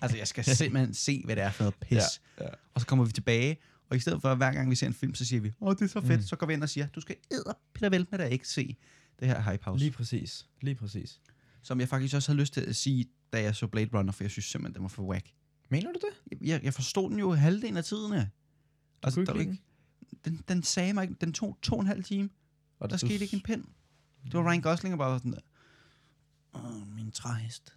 Speaker 1: Altså, jeg skal simpelthen se, hvad det er for noget pis.
Speaker 2: Ja, ja.
Speaker 1: Og så kommer vi tilbage, og i stedet for, at hver gang vi ser en film, så siger vi, åh, det er så fedt, mm. så går vi ind og siger, du skal æder Peter Vel med dig ikke se det her Hype House.
Speaker 2: Lige
Speaker 1: Lige.
Speaker 2: præcis. Lige præcis.
Speaker 1: Som jeg faktisk også havde lyst til at sige, da jeg så Blade Runner, for jeg synes simpelthen, den var for whack.
Speaker 2: Mener du det?
Speaker 1: Jeg, jeg forstod den jo halvdelen af tiden, ja. Altså,
Speaker 2: kunne
Speaker 1: der
Speaker 2: ikke
Speaker 1: var
Speaker 2: lide
Speaker 1: ikke, den, den sagde mig ikke, den tog to og en halv time,
Speaker 2: Og
Speaker 1: der skete ikke en pind. Det var Ryan Gosling, der bare var sådan der, åh, min træhest.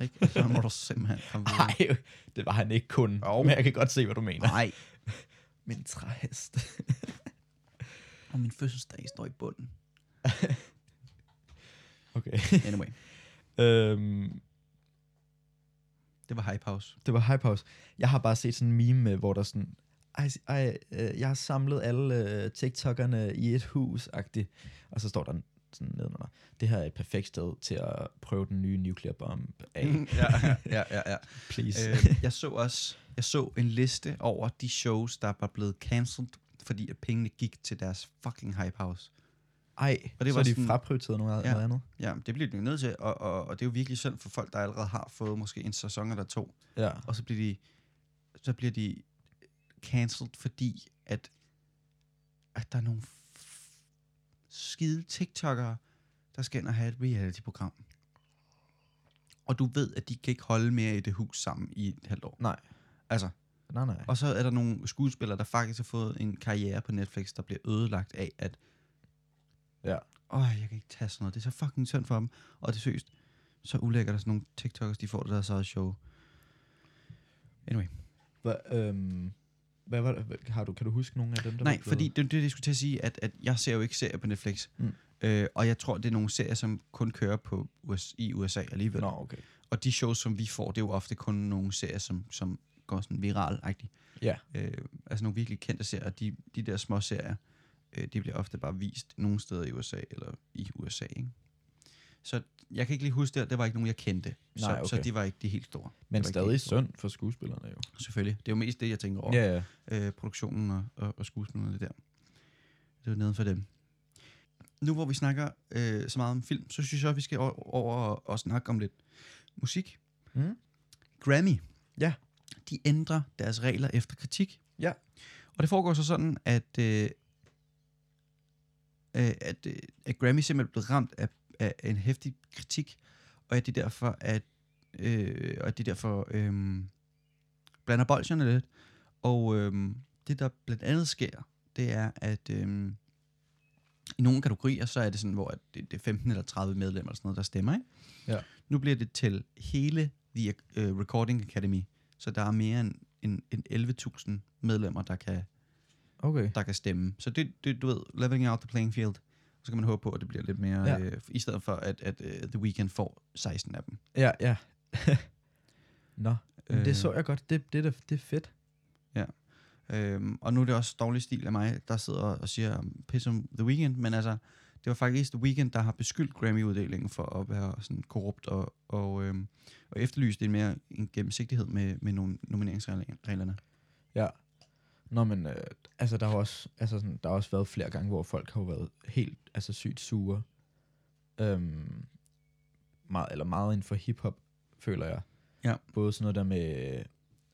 Speaker 1: Ikke? Så må du simpelthen komme videre.
Speaker 2: Nej, det var han ikke kun.
Speaker 1: Jo.
Speaker 2: Men jeg kan godt se, hvad du mener.
Speaker 1: Nej,
Speaker 2: Min træhest.
Speaker 1: og min fødselsdag står i bunden.
Speaker 2: Okay.
Speaker 1: Anyway,
Speaker 2: øhm,
Speaker 1: det var Hype House.
Speaker 2: det var Hype House. Jeg har bare set sådan en meme, med, hvor der sådan... Ej, ej, øh, jeg har samlet alle øh, TikTok'erne i et hus -agtigt. Og så står der sådan nedenunder. Det her er et perfekt sted til at prøve den nye nuclear bomb af.
Speaker 1: ja, ja, ja, ja.
Speaker 2: Please.
Speaker 1: Øh, jeg så også jeg så en liste over de shows, der var blevet cancelled, fordi at pengene gik til deres fucking Hype House.
Speaker 2: Ej,
Speaker 1: og det
Speaker 2: så
Speaker 1: var
Speaker 2: var de
Speaker 1: sådan-
Speaker 2: frapryteret noget,
Speaker 1: Ja.
Speaker 2: ja. noget andet.
Speaker 1: Ja, det bliver de jo nødt til, og, og, og det er jo virkelig synd for folk, der allerede har fået måske en sæson eller to,
Speaker 2: Ja.
Speaker 1: og så bliver de, så bliver de cancelled, fordi at, at der er nogle f- skide TikTokere, der skal ind og have et reality-program. Og du ved, at de kan ikke holde mere i det hus sammen i et halvt år.
Speaker 2: Nej.
Speaker 1: Altså,
Speaker 2: Nej, nej.
Speaker 1: Og så er der nogle skuespillere, der faktisk har fået en karriere på Netflix, der bliver ødelagt af, at...
Speaker 2: Ja.
Speaker 1: Åh, jeg kan ikke tage sådan noget. Det er så fucking synd for dem. Og det er seriøst, så ulækkert, at sådan nogle TikTokers, de får det der så show. Anyway.
Speaker 2: Hva, øhm, hvad var det? Hva- Har du, kan du huske nogen af dem, der
Speaker 1: Nej,
Speaker 2: var blevet-
Speaker 1: fordi det, det, er det jeg skulle til at sige, at, at jeg ser jo ikke serier på Netflix.
Speaker 2: Mm.
Speaker 1: Øh, og jeg tror, det er nogle serier, som kun kører på US, i USA alligevel.
Speaker 2: Nå, okay.
Speaker 1: Og de shows, som vi får, det er jo ofte kun nogle serier, som, som går sådan viral-agtigt.
Speaker 2: Ja.
Speaker 1: Øh, altså nogle virkelig kendte serier. De, de der små serier, øh, de bliver ofte bare vist nogle steder i USA, eller i USA, ikke? Så jeg kan ikke lige huske det, og det var ikke nogen, jeg kendte. så,
Speaker 2: Nej,
Speaker 1: så
Speaker 2: okay.
Speaker 1: de var ikke de helt store. Det var
Speaker 2: Men
Speaker 1: ikke de
Speaker 2: stadig
Speaker 1: helt store.
Speaker 2: synd for skuespillerne jo.
Speaker 1: Selvfølgelig. Det er jo mest det, jeg tænker over.
Speaker 2: Ja, ja.
Speaker 1: Øh, produktionen og, og, og skuespillerne det der. Det er neden for dem. Nu hvor vi snakker øh, så meget om film, så synes jeg, at vi skal o- over og, og snakke om lidt musik.
Speaker 2: Mm.
Speaker 1: Grammy,
Speaker 2: Ja.
Speaker 1: de ændrer deres regler efter kritik.
Speaker 2: Ja.
Speaker 1: Og det foregår så sådan, at, øh, øh, at, øh, at Grammy simpelthen er blevet ramt af, af en hæftig kritik, og at de derfor, at, øh, og at de derfor øh, blander bolsjerne lidt. Og øh, det, der blandt andet sker, det er, at øh, i nogle kategorier, så er det sådan, hvor at det, det er 15 eller 30 medlemmer, eller sådan noget, der stemmer, ikke?
Speaker 2: Ja.
Speaker 1: Nu bliver det til hele The øh, Recording Academy, så der er mere end, end, end 11.000 medlemmer, der kan,
Speaker 2: Okay.
Speaker 1: der kan stemme. Så det, det, du ved, leveling out the playing field. Så kan man håbe på, at det bliver lidt mere,
Speaker 2: Ja.
Speaker 1: ja. øh, i stedet for, at, at øh, The Weeknd får 16 af dem.
Speaker 2: Ja, ja. Nå, øh.
Speaker 1: Øh.
Speaker 2: det så jeg godt. Det, det, det, det er fedt.
Speaker 1: Øhm, og nu er det også dårlig stil af mig, der sidder og siger um, pis om The Weeknd, men altså, det var faktisk The Weeknd, der har beskyldt Grammy-uddelingen for at være sådan korrupt og, og, øhm, og efterlyst en mere en gennemsigtighed med, med nogle nomineringsreglerne.
Speaker 2: Nå, men øh, altså, der har også, altså, sådan, der har også været flere gange, hvor folk har jo været helt altså, sygt sure. Øhm, meget, eller meget inden for hiphop, føler jeg.
Speaker 1: Ja.
Speaker 2: Både sådan noget der med, øh,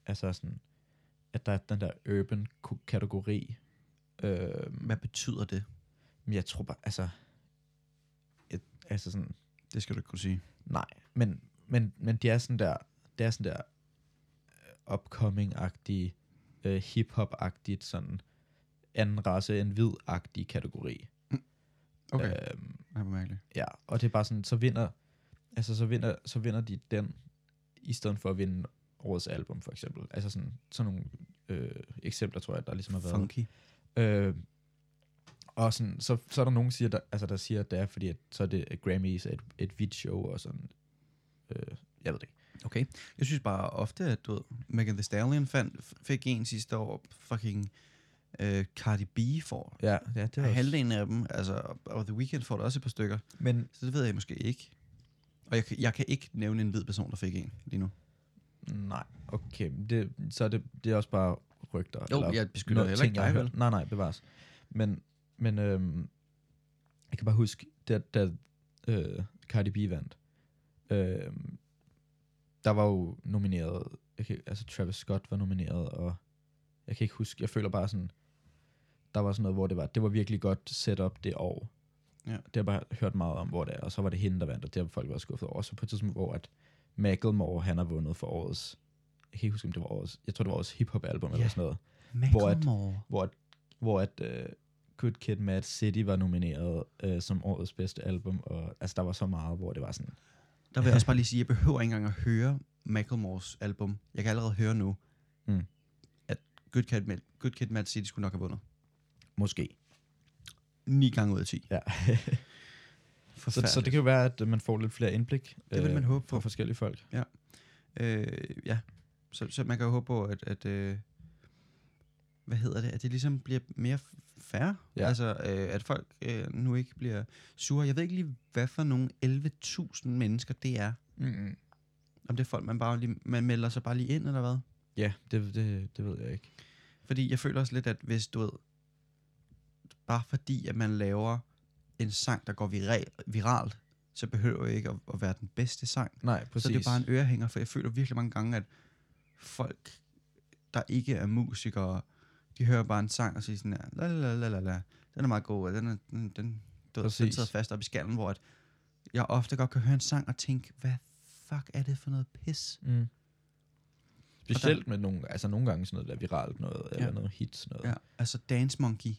Speaker 2: altså sådan, at der er den der urban ku- kategori. Øh,
Speaker 1: Hvad betyder det?
Speaker 2: men jeg tror bare, altså, et, altså sådan,
Speaker 1: Det skal du ikke kunne sige.
Speaker 2: nej, men, men, men det er sådan der, det er sådan der øh, upcoming-agtig, øh, hip-hop-agtigt, sådan anden race end hvid-agtig kategori.
Speaker 1: Okay, øh,
Speaker 2: Øhm,
Speaker 1: det var mærkeligt.
Speaker 2: Ja, og det er bare sådan, så vinder, altså så vinder, så vinder de den, i stedet for at vinde årets album, for eksempel. Altså sådan, sådan nogle øh, eksempler, tror jeg, der ligesom har været.
Speaker 1: Funky.
Speaker 2: Øh, og sådan, så, så er der nogen, siger, der, altså, der siger, at det er, fordi at, så er det at Grammys er et, et hvidt show, og sådan, øh, jeg ved det ikke.
Speaker 1: Okay. Jeg synes bare ofte, at du ved, Megan Thee Stallion fandt, fik en sidste år, fucking øh, Cardi B for.
Speaker 2: Ja, ja det
Speaker 1: Det halvdelen af dem, altså, og- og The Weeknd får der også et par stykker,
Speaker 2: Men,
Speaker 1: så det ved jeg måske ikke. Og jeg, kan- jeg kan ikke nævne en hvid person, der fik en lige nu.
Speaker 2: nej, okay, det, så er det, det er også bare rygter.
Speaker 1: Jo, jeg beskytter
Speaker 2: noget
Speaker 1: heller ikke
Speaker 2: ting, jeg
Speaker 1: dig,
Speaker 2: har
Speaker 1: vel?
Speaker 2: hørt. Nej, nej, bevares. Men, men øhm, jeg kan bare huske, da, da øh, Cardi B vandt, øh, der var jo nomineret, jeg kan, altså Travis Scott var nomineret, og jeg kan ikke huske, jeg føler bare sådan, der var sådan noget, hvor det var, det var virkelig godt setup det år.
Speaker 1: Ja.
Speaker 2: Det har jeg bare hørt meget om, hvor det er, og så var det hende, der vandt, og det har folk været skuffet over. Så på et tidspunkt, hvor at Macklemore, han har vundet for årets, jeg kan ikke huske, om det var årets, jeg tror, det var årets hiphop-album eller
Speaker 1: Ja.
Speaker 2: sådan noget Hvor at-
Speaker 1: Macklemore.
Speaker 2: hvor, at- hvor at uh, Good Kid, Mad City var nomineret uh, som årets bedste album, og altså, der var så meget, hvor det var sådan,
Speaker 1: Der vil jeg også bare lige sige, at jeg behøver ikke engang at høre Macklemores album. Jeg kan allerede høre nu,
Speaker 2: Mm.
Speaker 1: at Good Kid, Mad, Good Kid, Mad City skulle nok have vundet.
Speaker 2: måske.
Speaker 1: 9 gange ud af 10.
Speaker 2: Ja. så,
Speaker 1: Forfærdeligt.
Speaker 2: så det kan jo være, at øh, man får lidt flere indblik
Speaker 1: Det vil
Speaker 2: øh,
Speaker 1: man håbe
Speaker 2: fra
Speaker 1: på.
Speaker 2: forskellige folk.
Speaker 1: Øh, ja, så, så man kan jo håbe på, at, at øh, hvad hedder det, at det ligesom bliver mere færre.
Speaker 2: Ja.
Speaker 1: Altså, øh, at folk øh, nu ikke bliver sure. Jeg ved ikke lige, hvad for nogle 11.000 mennesker det er.
Speaker 2: Mm.
Speaker 1: Om det er folk, man bare lige, man melder sig bare lige ind, eller hvad?
Speaker 2: Ja, det, det, det ved jeg ikke.
Speaker 1: Fordi jeg føler også lidt, at hvis du ved, bare fordi, at man laver en sang, der går viral, viralt, så behøver det ikke at, at være den bedste sang.
Speaker 2: Nej, præcis.
Speaker 1: Så det er bare en ørehænger, for jeg føler virkelig mange gange, at folk, der ikke er musikere, de hører bare en sang og siger sådan her, la la la la la, den er meget god, og den, er, den, den, du ved, den
Speaker 2: Præcis.
Speaker 1: sidder fast op i skallen, hvor at jeg ofte godt kan høre en sang og tænke, hvad fuck er det for noget pis?
Speaker 2: Mm. Specielt med nogle, altså nogle gange sådan noget der viralt noget,
Speaker 1: Ja.
Speaker 2: eller noget hits noget.
Speaker 1: Ja, altså Dance Monkey.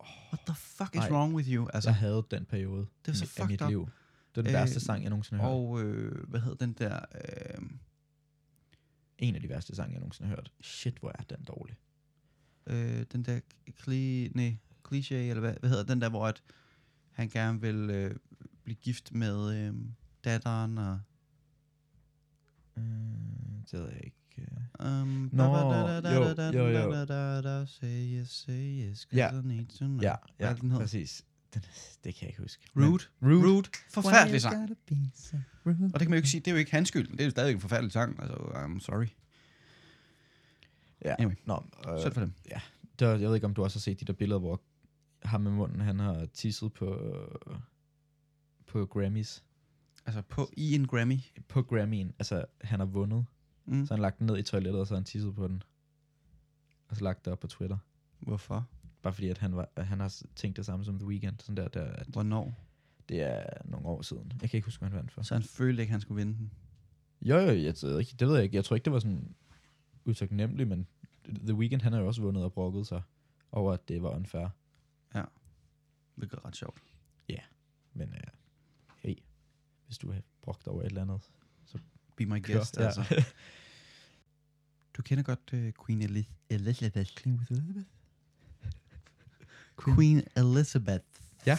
Speaker 1: What the fuck is
Speaker 2: Ej.
Speaker 1: wrong with you?
Speaker 2: Altså,
Speaker 1: Altså,
Speaker 2: jeg havde den periode
Speaker 1: Det er så
Speaker 2: i- af
Speaker 1: fucked
Speaker 2: mit
Speaker 1: up.
Speaker 2: liv. Det var den
Speaker 1: Øh,
Speaker 2: værste sang, jeg nogensinde har hørt.
Speaker 1: og øh, hvad hedder den der, øh,
Speaker 2: En af de værste sange, jeg nogensinde har hørt. Shit, hvor er den dårlig.
Speaker 1: øh, den der kli, nej, cliché, eller hvad, hvad hedder den der, hvor at han gerne vil øh, blive gift med øh, datteren og...
Speaker 2: Øh, det ved jeg ikke. øh.
Speaker 1: Um,
Speaker 2: Nå, jo, jo, jo.
Speaker 1: Say yes, say yes, 'cause
Speaker 2: Ja.
Speaker 1: I need to know.
Speaker 2: Ja,
Speaker 1: Hvad
Speaker 2: ja,
Speaker 1: er det, den hed?
Speaker 2: præcis. Den, det kan jeg ikke huske.
Speaker 1: Rude.
Speaker 2: Rude.
Speaker 1: Rude. Forfærdelig sang.
Speaker 2: Rude.
Speaker 1: Og det kan man jo ikke sige, det er jo ikke hans skyld, men det er jo stadig en forfærdelig sang. Altså, I'm sorry.
Speaker 2: Ja.
Speaker 1: Anyway.
Speaker 2: Nå,
Speaker 1: Øh.
Speaker 2: øh,
Speaker 1: Sødt for dem.
Speaker 2: der, jeg ved ikke, om du også har set de der billeder, hvor ham med munden, han har tisset på, øh, på Grammys.
Speaker 1: Altså, på, i en Grammy.
Speaker 2: På Grammy'en, altså han har vundet.
Speaker 1: Mm.
Speaker 2: Så han har lagt den ned i toilettet, og så har han tisset på den. Og så lagt det op på Twitter.
Speaker 1: Hvorfor?
Speaker 2: Bare fordi, at han, var, at han har s- tænkt det samme som The Weeknd. Sådan der, der, at
Speaker 1: Hvornår?
Speaker 2: det er nogle år siden. Jeg kan ikke huske, hvad han vandt for.
Speaker 1: Så han følte ikke, han skulle vinde den.
Speaker 2: Jo, jo, jeg ved ikke. Det ved jeg ikke. Jeg tror ikke, det var sådan utaknemmeligt, men The Weeknd, han har jo også vundet og brokket sig over, at det var unfair.
Speaker 1: Hvilket er ret sjovt.
Speaker 2: Men øh, hey, hvis du har brugt over et eller andet,
Speaker 1: Be my
Speaker 2: kør.
Speaker 1: guest, altså. Du kender godt uh, Queen Elith- Elizabeth. Queen Elizabeth.
Speaker 2: ja.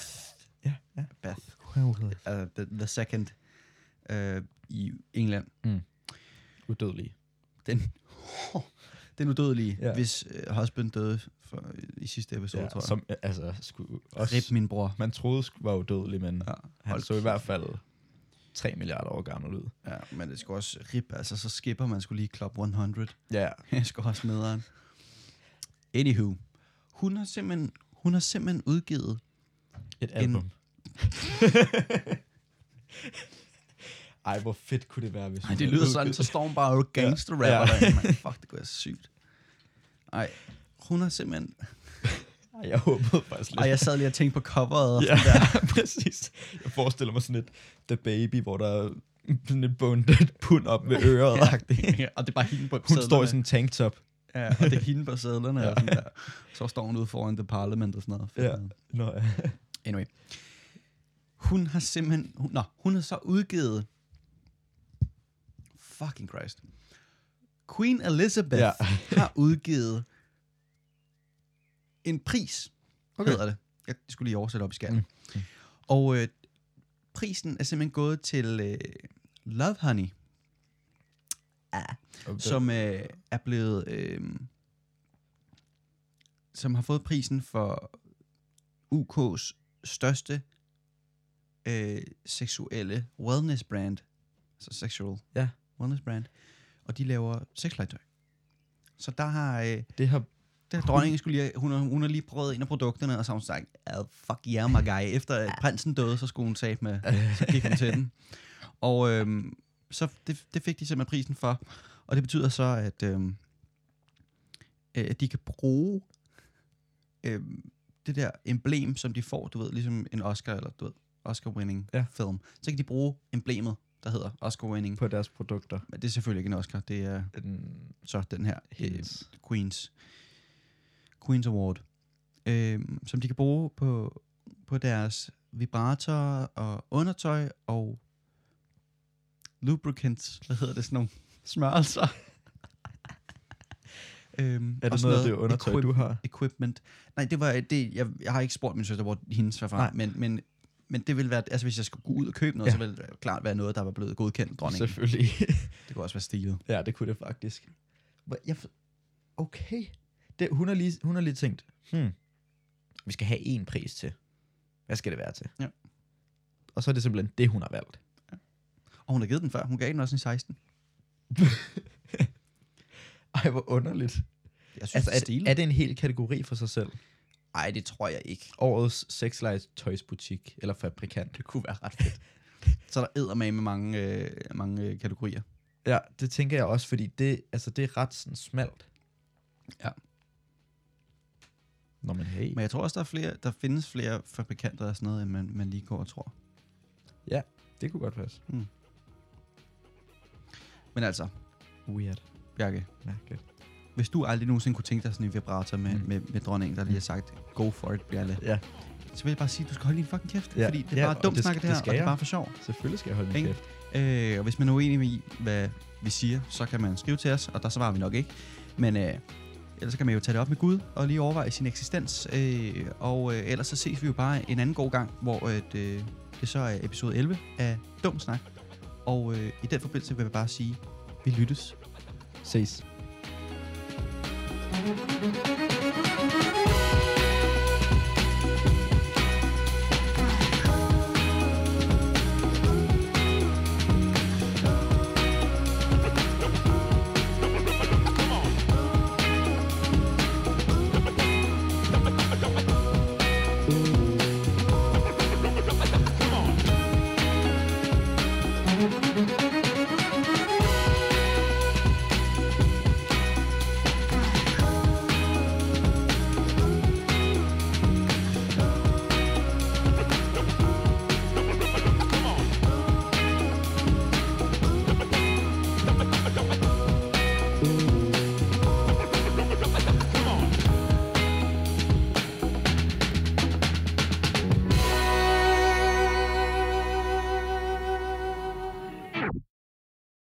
Speaker 2: Ja, ja.
Speaker 1: Beth. Uh, the, the second uh, i England.
Speaker 2: Udødelig.
Speaker 1: Den, den udødelige,
Speaker 2: Ja.
Speaker 1: ja. hvis uh, husband døde for, øh, i sidste episode, ja, tror jeg.
Speaker 2: som øh, altså skulle også...
Speaker 1: Rip min bror.
Speaker 2: Man troede sku- var udødelig, men
Speaker 1: Ja,
Speaker 2: han
Speaker 1: hold
Speaker 2: så i
Speaker 1: kæft.
Speaker 2: hvert fald 3 milliarder år gammel ud.
Speaker 1: Ja, men det skal også rip, altså så skipper man skulle lige Club 100.
Speaker 2: Ja,
Speaker 1: Jeg skal også nederen. Anywho. Hun har simpelthen, hun har simpelthen udgivet
Speaker 2: et album. Ej, hvor fedt kunne det være, hvis
Speaker 1: Ej,
Speaker 2: hun
Speaker 1: det
Speaker 2: havde
Speaker 1: lyder sådan,
Speaker 2: udgivet-
Speaker 1: så står hun bare og gangster
Speaker 2: Ja.
Speaker 1: rapper ja. Fuck, det går sygt. Ej, hun har simpelthen...
Speaker 2: Ej, jeg håbede faktisk lidt.
Speaker 1: Ej, jeg sad lige og tænkte på coveret. Og
Speaker 2: ja,
Speaker 1: sådan der.
Speaker 2: præcis. Jeg forestiller mig sådan et The Baby, hvor der er sådan et bundet pund op med øret. ja.
Speaker 1: Ja, og det er bare hende på
Speaker 2: Hun står i
Speaker 1: sedlerne.
Speaker 2: sådan en tanktop.
Speaker 1: Ja, og det er hende på sædlerne. ja. og sådan der. Så står hun ude foran The Parliament og sådan noget. Fedt,
Speaker 2: Ja.
Speaker 1: mand.
Speaker 2: Nå, ja.
Speaker 1: Anyway. Hun har simpelthen... Hun, nå, hun har så udgivet... Fucking Christ. Queen Elizabeth ja.
Speaker 2: Ja.
Speaker 1: har udgivet en pris, okay.
Speaker 2: Okay.
Speaker 1: hedder det. Jeg skulle lige oversætte op i skærmen. Mm. Og øh, prisen er simpelthen gået til øh, Love Honey,
Speaker 2: Okay.
Speaker 1: som øh, er blevet... Øh, som har fået prisen for UK's største øh, seksuelle wellness brand. Altså sexual
Speaker 2: Ja.
Speaker 1: wellness brand. Og de laver sexlegetøj. Så der har, øh,
Speaker 2: det har...
Speaker 1: der har dronningen skulle lige, hun, har, hun har lige prøvet en af produkterne, og så har hun sagt, oh, fuck yeah, my guy. Efter at prinsen døde, så skulle hun sige med, så gik hun til den. Og øhm, så det, det fik de simpelthen prisen for. Og det betyder så, at øhm, øh, at de kan bruge øhm, det der emblem, som de får, du ved, ligesom en Oscar, eller du ved, Oscar-winning ja.
Speaker 2: Ja.
Speaker 1: film. Så kan de bruge emblemet, der hedder Oscar-winning.
Speaker 2: På deres produkter.
Speaker 1: Men det er selvfølgelig ikke en Oscar, det er
Speaker 2: Den,
Speaker 1: så den her øh,
Speaker 2: hendes.
Speaker 1: Queens Queens Award, øh, som de kan bruge på, på deres vibrator og undertøj og lubricants, hvad hedder det, sådan nogle smørelser. øhm,
Speaker 2: Er
Speaker 1: og
Speaker 2: det
Speaker 1: sådan
Speaker 2: noget af det undertøj,
Speaker 1: equip-
Speaker 2: du har?
Speaker 1: Equipment. Nej, det var det, jeg, jeg har ikke spurgt min søster, hvor hendes var fra,
Speaker 2: Nej.
Speaker 1: men, men, men det ville være, altså hvis jeg skulle gå ud og købe noget, ja.
Speaker 2: Ja.
Speaker 1: så ville det klart være noget, der var blevet godkendt af dronningen.
Speaker 2: Selvfølgelig.
Speaker 1: Det kunne også være stilet.
Speaker 2: ja, det kunne det faktisk. Hvor- Jeg, for- okay. Det, hun, har lige, hun har lige tænkt, hmm, vi skal have en pris til. Hvad skal det være til?
Speaker 1: Ja.
Speaker 2: Og så er det simpelthen det, hun har valgt.
Speaker 1: Og hun har givet den før, hun gav den også i 16.
Speaker 2: Ej, hvor underligt.
Speaker 1: Jeg synes,
Speaker 2: Altså,
Speaker 1: det er
Speaker 2: er,
Speaker 1: stilet.
Speaker 2: det- er det en hel kategori for sig selv?
Speaker 1: Ej, det tror jeg ikke.
Speaker 2: Årets sexlegetøjsbutik eller fabrikant.
Speaker 1: Det kunne være ret fedt. så er der med med mange, øh, mange øh, kategorier.
Speaker 2: Ja, det tænker jeg også, fordi det, altså, det er ret sådan smalt.
Speaker 1: Ja.
Speaker 2: Nå, men hey.
Speaker 1: Men jeg tror også, der, er flere, der findes flere fabrikanter og sådan noget, end man, man lige går og tror.
Speaker 2: Det kunne godt passe.
Speaker 1: Men altså,
Speaker 2: Weird.
Speaker 1: Bjarke,
Speaker 2: Mærkeligt.
Speaker 1: hvis du aldrig nogensinde kunne tænke dig sådan en vibrator med, mm.
Speaker 2: Mm.
Speaker 1: med, med dronningen, der lige har sagt, go for it, Bjarke,
Speaker 2: Ja,
Speaker 1: så vil jeg bare sige, at du skal holde din fucking kæft, ja.
Speaker 2: Ja.
Speaker 1: fordi det er
Speaker 2: Ja,
Speaker 1: bare
Speaker 2: og
Speaker 1: dumt
Speaker 2: det-
Speaker 1: snak, det,
Speaker 2: det
Speaker 1: her,
Speaker 2: skal
Speaker 1: og det er
Speaker 2: jeg.
Speaker 1: bare for sjov.
Speaker 2: selvfølgelig skal jeg holde min
Speaker 1: Ikke?
Speaker 2: kæft.
Speaker 1: Øh, og hvis man er uenig i, hvad vi siger, så kan man skrive til os, og der svarer vi nok ikke. Men øh, ellers så kan man jo tage det op med Gud og lige overveje sin eksistens. Øh, og øh, ellers så ses vi jo bare en anden god gang, hvor at, øh, det så er episode 11 af Dum Snak. Og øh, i den forbindelse vil jeg bare sige, vi lyttes.
Speaker 2: Ses.